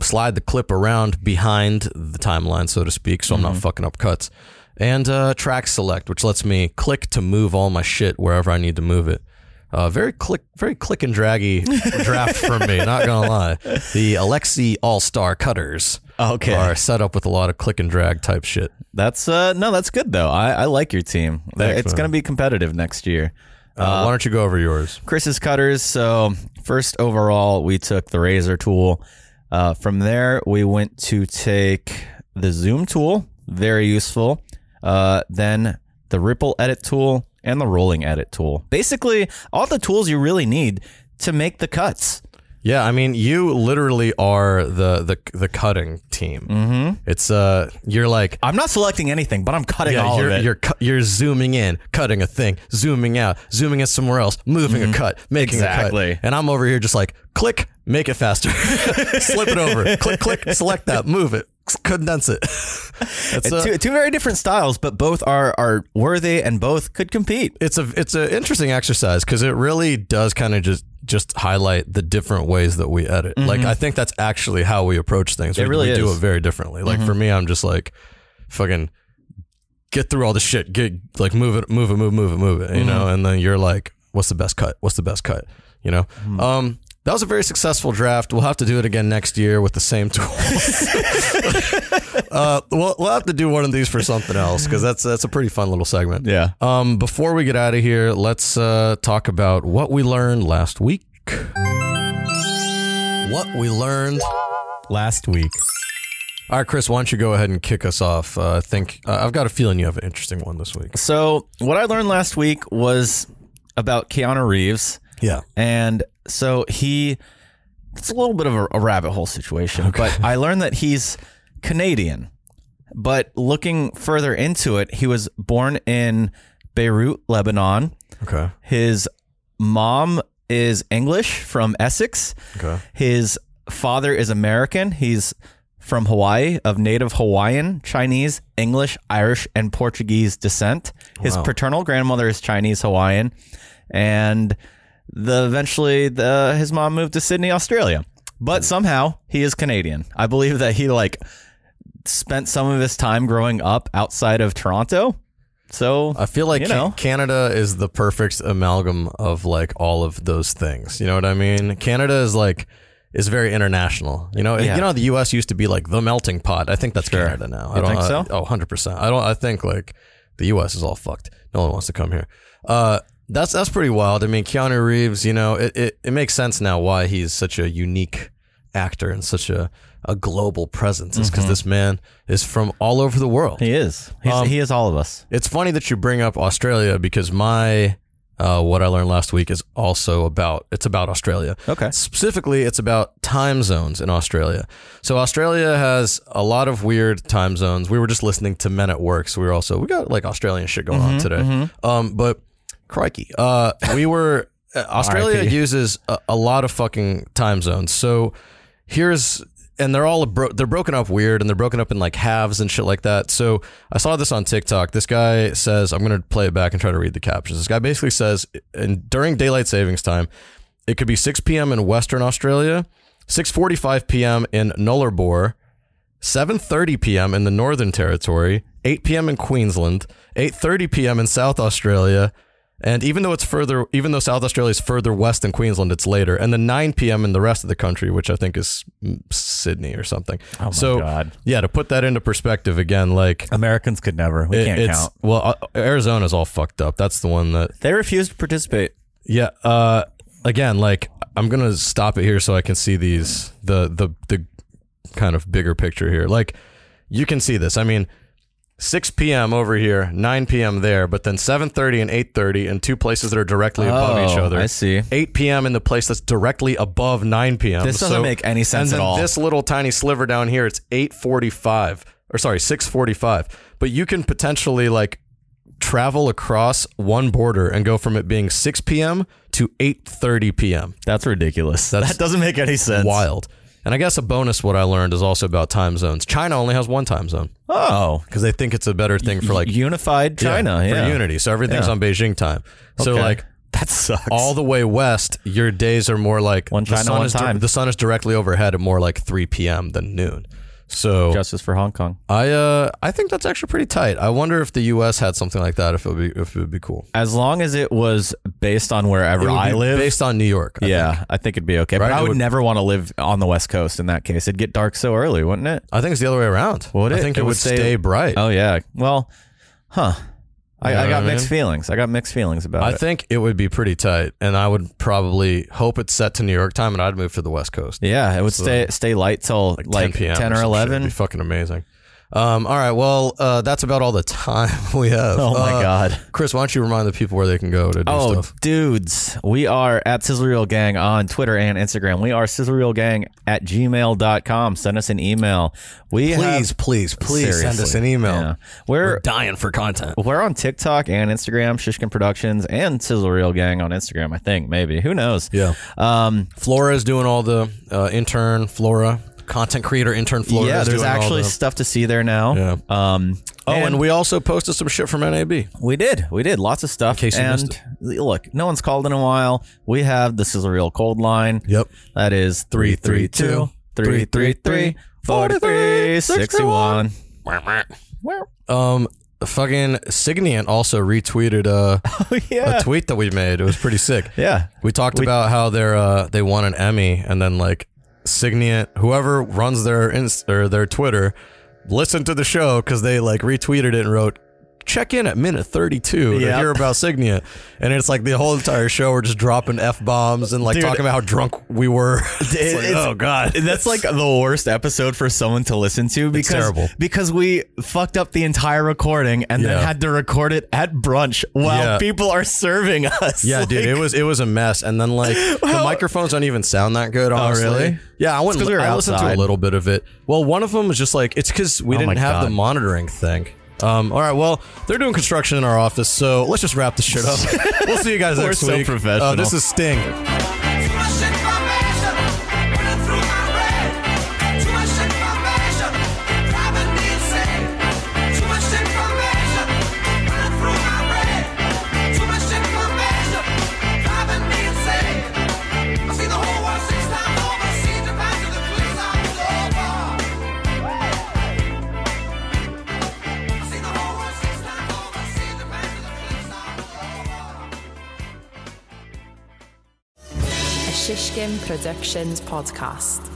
Speaker 4: slide the clip around behind the timeline, so to speak, so
Speaker 2: Mm-hmm.
Speaker 4: I'm not fucking up cuts. And uh, track select, which lets me click to move all my shit wherever I need to move it. Uh, very click, very click and draggy draft from me. Not gonna lie, the Alexi All Star Cutters
Speaker 2: Okay.
Speaker 4: are set up with a lot of click and drag type shit.
Speaker 2: That's uh no, that's good though. I, I like your team.
Speaker 4: Thanks,
Speaker 2: it's
Speaker 4: man.
Speaker 2: going to be competitive next year.
Speaker 4: Uh, why don't you go over yours?
Speaker 2: Chris's cutters. So first overall, we took the razor tool. Uh, from there, we went to take the zoom tool, very useful. Uh, then the ripple edit tool and the rolling edit tool. Basically, all the tools you really need to make the cuts.
Speaker 4: Yeah, I mean, you literally are the the the cutting team. Mm-hmm. It's uh, you're like.
Speaker 2: I'm not selecting anything, but I'm cutting
Speaker 4: Yeah,
Speaker 2: all
Speaker 4: you're
Speaker 2: of it.
Speaker 4: you're cu- you're zooming in, cutting a thing, zooming out, zooming in somewhere else, moving a cut, making a
Speaker 2: Mm-hmm. Exactly.
Speaker 4: cut, and I'm over here just like click, make it faster, slip it over, click, click, select that, move it, condense it. That's
Speaker 2: It's
Speaker 4: uh,
Speaker 2: two, two very different styles, but both are are worthy and both could compete.
Speaker 4: it's a it's an interesting exercise because it really does kind of just just highlight the different ways that we edit. Like I think that's actually how we approach things.
Speaker 2: Mm-hmm. It
Speaker 4: we,
Speaker 2: really
Speaker 4: we do
Speaker 2: is. Mm-hmm.
Speaker 4: it very differently. Like for me, I'm just like fucking get through all the shit, get like move it, move it, move, move it, move it, you know. And then you're like, what's the best cut? What's the best cut? You know. Um, That was a very successful draft. We'll have to do it again next year with the same tool. uh, we'll, we'll have to do one of these for something else because that's that's a pretty fun little segment.
Speaker 2: Yeah.
Speaker 4: Um, before we get out of here, let's uh, talk about what we learned last week. What we learned
Speaker 2: last week.
Speaker 4: All right, Chris, why don't you go ahead and kick us off? Uh, I think uh, I've got a feeling you have an interesting one this week.
Speaker 2: So what I learned last week was about Keanu Reeves.
Speaker 4: Yeah.
Speaker 2: And so he, it's a little bit of a, a rabbit hole situation, but I learned that he's Canadian. But looking further into it, he was born in Beirut, Lebanon.
Speaker 4: Okay.
Speaker 2: His mom is English from Essex.
Speaker 4: Okay.
Speaker 2: His father is American. He's from Hawaii of native Hawaiian, Chinese, English, Irish, and Portuguese descent. His
Speaker 4: Wow.
Speaker 2: paternal grandmother is Chinese Hawaiian, and the eventually the his mom moved to Sydney, Australia.
Speaker 4: Hmm.
Speaker 2: But somehow he is Canadian. I believe that he like spent some of his time growing up outside of Toronto. So
Speaker 4: I feel like
Speaker 2: you
Speaker 4: Ca-
Speaker 2: know
Speaker 4: Canada is the perfect amalgam of like all of those things. You know what I mean? Canada is like is very international. You know,
Speaker 2: Yeah.
Speaker 4: you know how the US used to be like the melting pot. I think that's Canada now. I
Speaker 2: You
Speaker 4: don't
Speaker 2: think
Speaker 4: I-
Speaker 2: so?
Speaker 4: oh, 100%. I don't I think like the US is all fucked. No one wants to come here. Uh that's that's pretty wild. I mean, Keanu Reeves, you know, it, it, it makes sense now why he's such a unique actor and such a, a global presence is because
Speaker 2: Mhm.
Speaker 4: this man is from all over the world.
Speaker 2: he is. He's,
Speaker 4: Um,
Speaker 2: he is all of us.
Speaker 4: It's funny that you bring up Australia because my uh, what I learned last week is also about it's about Australia.
Speaker 2: Okay.
Speaker 4: Specifically, it's about time zones in Australia. So Australia has a lot of weird time zones. We were just listening to Men at Work, so we were also we got like Australian shit going on
Speaker 2: Mhm,
Speaker 4: today.
Speaker 2: mhm.
Speaker 4: Um, but crikey, uh, we were uh, Australia
Speaker 2: RIP.
Speaker 4: uses a, a lot of fucking time zones. So here's and they're all bro- they're broken up weird and they're broken up in like halves and shit like that. So I saw this on TikTok. This guy says I'm going to play it back and try to read the captions. This guy basically says and during daylight savings time, it could be 6 p.m. in Western Australia, 6:45 p.m. in Nullarbor, 7:30 p.m. in the Northern Territory, 8 p.m. in Queensland, 8:30 p.m. in South Australia, and even though it's further, even though South Australia is further west than Queensland, it's later, and then 9 p.m. in the rest of the country, which I think is mm, Sydney or something.
Speaker 2: Oh my
Speaker 4: so,
Speaker 2: God.
Speaker 4: yeah, to put that into perspective again, like
Speaker 2: Americans could never. We
Speaker 4: it-
Speaker 2: can't
Speaker 4: it's-
Speaker 2: count.
Speaker 4: Well, uh, Arizona's all fucked up. That's the one that
Speaker 2: They refused to participate.
Speaker 4: yeah. Uh, again, like I'm gonna stop it here so I can see these the the the kind of bigger picture here. Like you can see this. I mean, 6 p.m. over here, 9 p.m. there, but then 7:30 and 8:30 in two places that are directly above each
Speaker 2: Oh,
Speaker 4: other.
Speaker 2: I see.
Speaker 4: 8 p.m. in the place that's directly above 9 p.m.
Speaker 2: This doesn't make any sense
Speaker 4: Um, and
Speaker 2: at
Speaker 4: then
Speaker 2: all.
Speaker 4: This little tiny sliver down here, it's 8:45 or sorry, 6:45. But you can potentially like travel across one border and go from it being 6 p.m. to 8:30 p.m.
Speaker 2: That's ridiculous.
Speaker 4: That's
Speaker 2: that doesn't make any sense.
Speaker 4: Wild. And I guess a bonus what I learned is also about time zones. China only has one time zone
Speaker 2: Oh,
Speaker 4: because they think it's a better thing for like
Speaker 2: unified China. Yeah,
Speaker 4: for unity. So everything's
Speaker 2: Yeah.
Speaker 4: on Beijing time. So
Speaker 2: Okay.
Speaker 4: like
Speaker 2: that sucks.
Speaker 4: all the way west, your days are more like
Speaker 2: One
Speaker 4: the
Speaker 2: China,
Speaker 4: sun
Speaker 2: one
Speaker 4: is dir-
Speaker 2: time.
Speaker 4: the sun is directly overhead at more like 3 p.m. than noon. So
Speaker 2: justice for Hong Kong.
Speaker 4: I uh I think that's actually pretty tight. I wonder if the U.S. had something like that. If it would be if it would be cool.
Speaker 2: As long as it was based on
Speaker 4: It
Speaker 2: wherever
Speaker 4: would
Speaker 2: I
Speaker 4: be
Speaker 2: live.
Speaker 4: based on New York. I
Speaker 2: yeah,
Speaker 4: think.
Speaker 2: I think it'd be okay.
Speaker 4: Right,
Speaker 2: But I
Speaker 4: it
Speaker 2: would,
Speaker 4: would-
Speaker 2: never want to live on the West Coast in that case. It'd get dark so early, wouldn't it?
Speaker 4: I think it's the other way around.
Speaker 2: Would it?
Speaker 4: I think it, would, stay, bright.
Speaker 2: Oh yeah. Well, huh. I,
Speaker 4: You know
Speaker 2: I
Speaker 4: what
Speaker 2: got
Speaker 4: I
Speaker 2: mixed
Speaker 4: mean?
Speaker 2: feelings. I got mixed feelings about
Speaker 4: I
Speaker 2: it.
Speaker 4: think it would be pretty tight, and I would probably hope it's set to New York time, and I'd move to the West Coast.
Speaker 2: yeah, it would
Speaker 4: So,
Speaker 2: stay stay light till like,
Speaker 4: 10 p.m.
Speaker 2: ten
Speaker 4: some
Speaker 2: or
Speaker 4: shit.
Speaker 2: eleven.
Speaker 4: It'd be fucking amazing. Um, all right, well, uh, that's about all the time we have.
Speaker 2: Oh my
Speaker 4: Uh,
Speaker 2: God.
Speaker 4: Chris, why don't you remind the people where they can go to do
Speaker 2: Oh,
Speaker 4: stuff?
Speaker 2: dudes, we are at Sizzle Reel Gang on Twitter and Instagram. We are Sizzle Reel Gang at gmail.com. Send us an email. We
Speaker 4: Please,
Speaker 2: have,
Speaker 4: please, please send us
Speaker 2: Seriously.
Speaker 4: an email.
Speaker 2: Yeah. We're,
Speaker 4: We're dying for content.
Speaker 2: we're on TikTok and Instagram, Shishkin Productions and Sizzle Reel Gang on Instagram, I think, maybe. Who knows?
Speaker 4: Yeah.
Speaker 2: Um,
Speaker 4: Flora is doing all the uh, intern Flora content creator intern Flora.
Speaker 2: yeah,
Speaker 4: is
Speaker 2: there's
Speaker 4: doing all
Speaker 2: actually
Speaker 4: the-
Speaker 2: stuff to see there now.
Speaker 4: Yeah.
Speaker 2: Um,
Speaker 4: Oh, and, we also posted some shit from NAB.
Speaker 2: We did. We did lots of stuff.
Speaker 4: case you
Speaker 2: and
Speaker 4: missed
Speaker 2: look, no one's called in a while. We have the Sizzle Reel Cold Line.
Speaker 4: Yep.
Speaker 2: That is
Speaker 4: 332,
Speaker 2: 333 43 61.
Speaker 4: Um, The fucking Signient also retweeted uh, a tweet that we made. It was pretty sick.
Speaker 2: yeah.
Speaker 4: We talked about how they're uh, they won an Emmy and then like Signiant, whoever runs their Inst- or their Twitter, listened to the show because they like retweeted it and wrote. Check in at minute 32 to
Speaker 2: Yep.
Speaker 4: hear about Signiant. And it's like the whole entire show, we're just dropping F bombs and like
Speaker 2: Dude.
Speaker 4: talking about how drunk we were. It's
Speaker 2: It-
Speaker 4: like,
Speaker 2: it's-
Speaker 4: oh, God.
Speaker 2: that's like the worst episode for someone to listen to because
Speaker 4: terrible.
Speaker 2: because we fucked up the entire recording and then
Speaker 4: Yeah.
Speaker 2: had to record it at brunch while
Speaker 4: Yeah.
Speaker 2: people are serving us.
Speaker 4: Yeah, dude, it was it was a mess, and then like the microphones don't even sound that good. Honestly.
Speaker 2: Oh, really?
Speaker 4: Yeah, I
Speaker 2: It's
Speaker 4: went.
Speaker 2: 'cause we were
Speaker 4: I listened to a
Speaker 2: outside.
Speaker 4: little bit of it. Well, one of them was just like it's because we
Speaker 2: Oh my
Speaker 4: didn't have the
Speaker 2: God.
Speaker 4: monitoring thing. Um, all right, well, they're doing construction in our office, so let's just wrap this shit up. we'll see you guys
Speaker 2: We're
Speaker 4: next
Speaker 2: so
Speaker 4: week. Uh,
Speaker 2: professional.
Speaker 4: this is Sting.
Speaker 1: A Shishkin Productions podcast.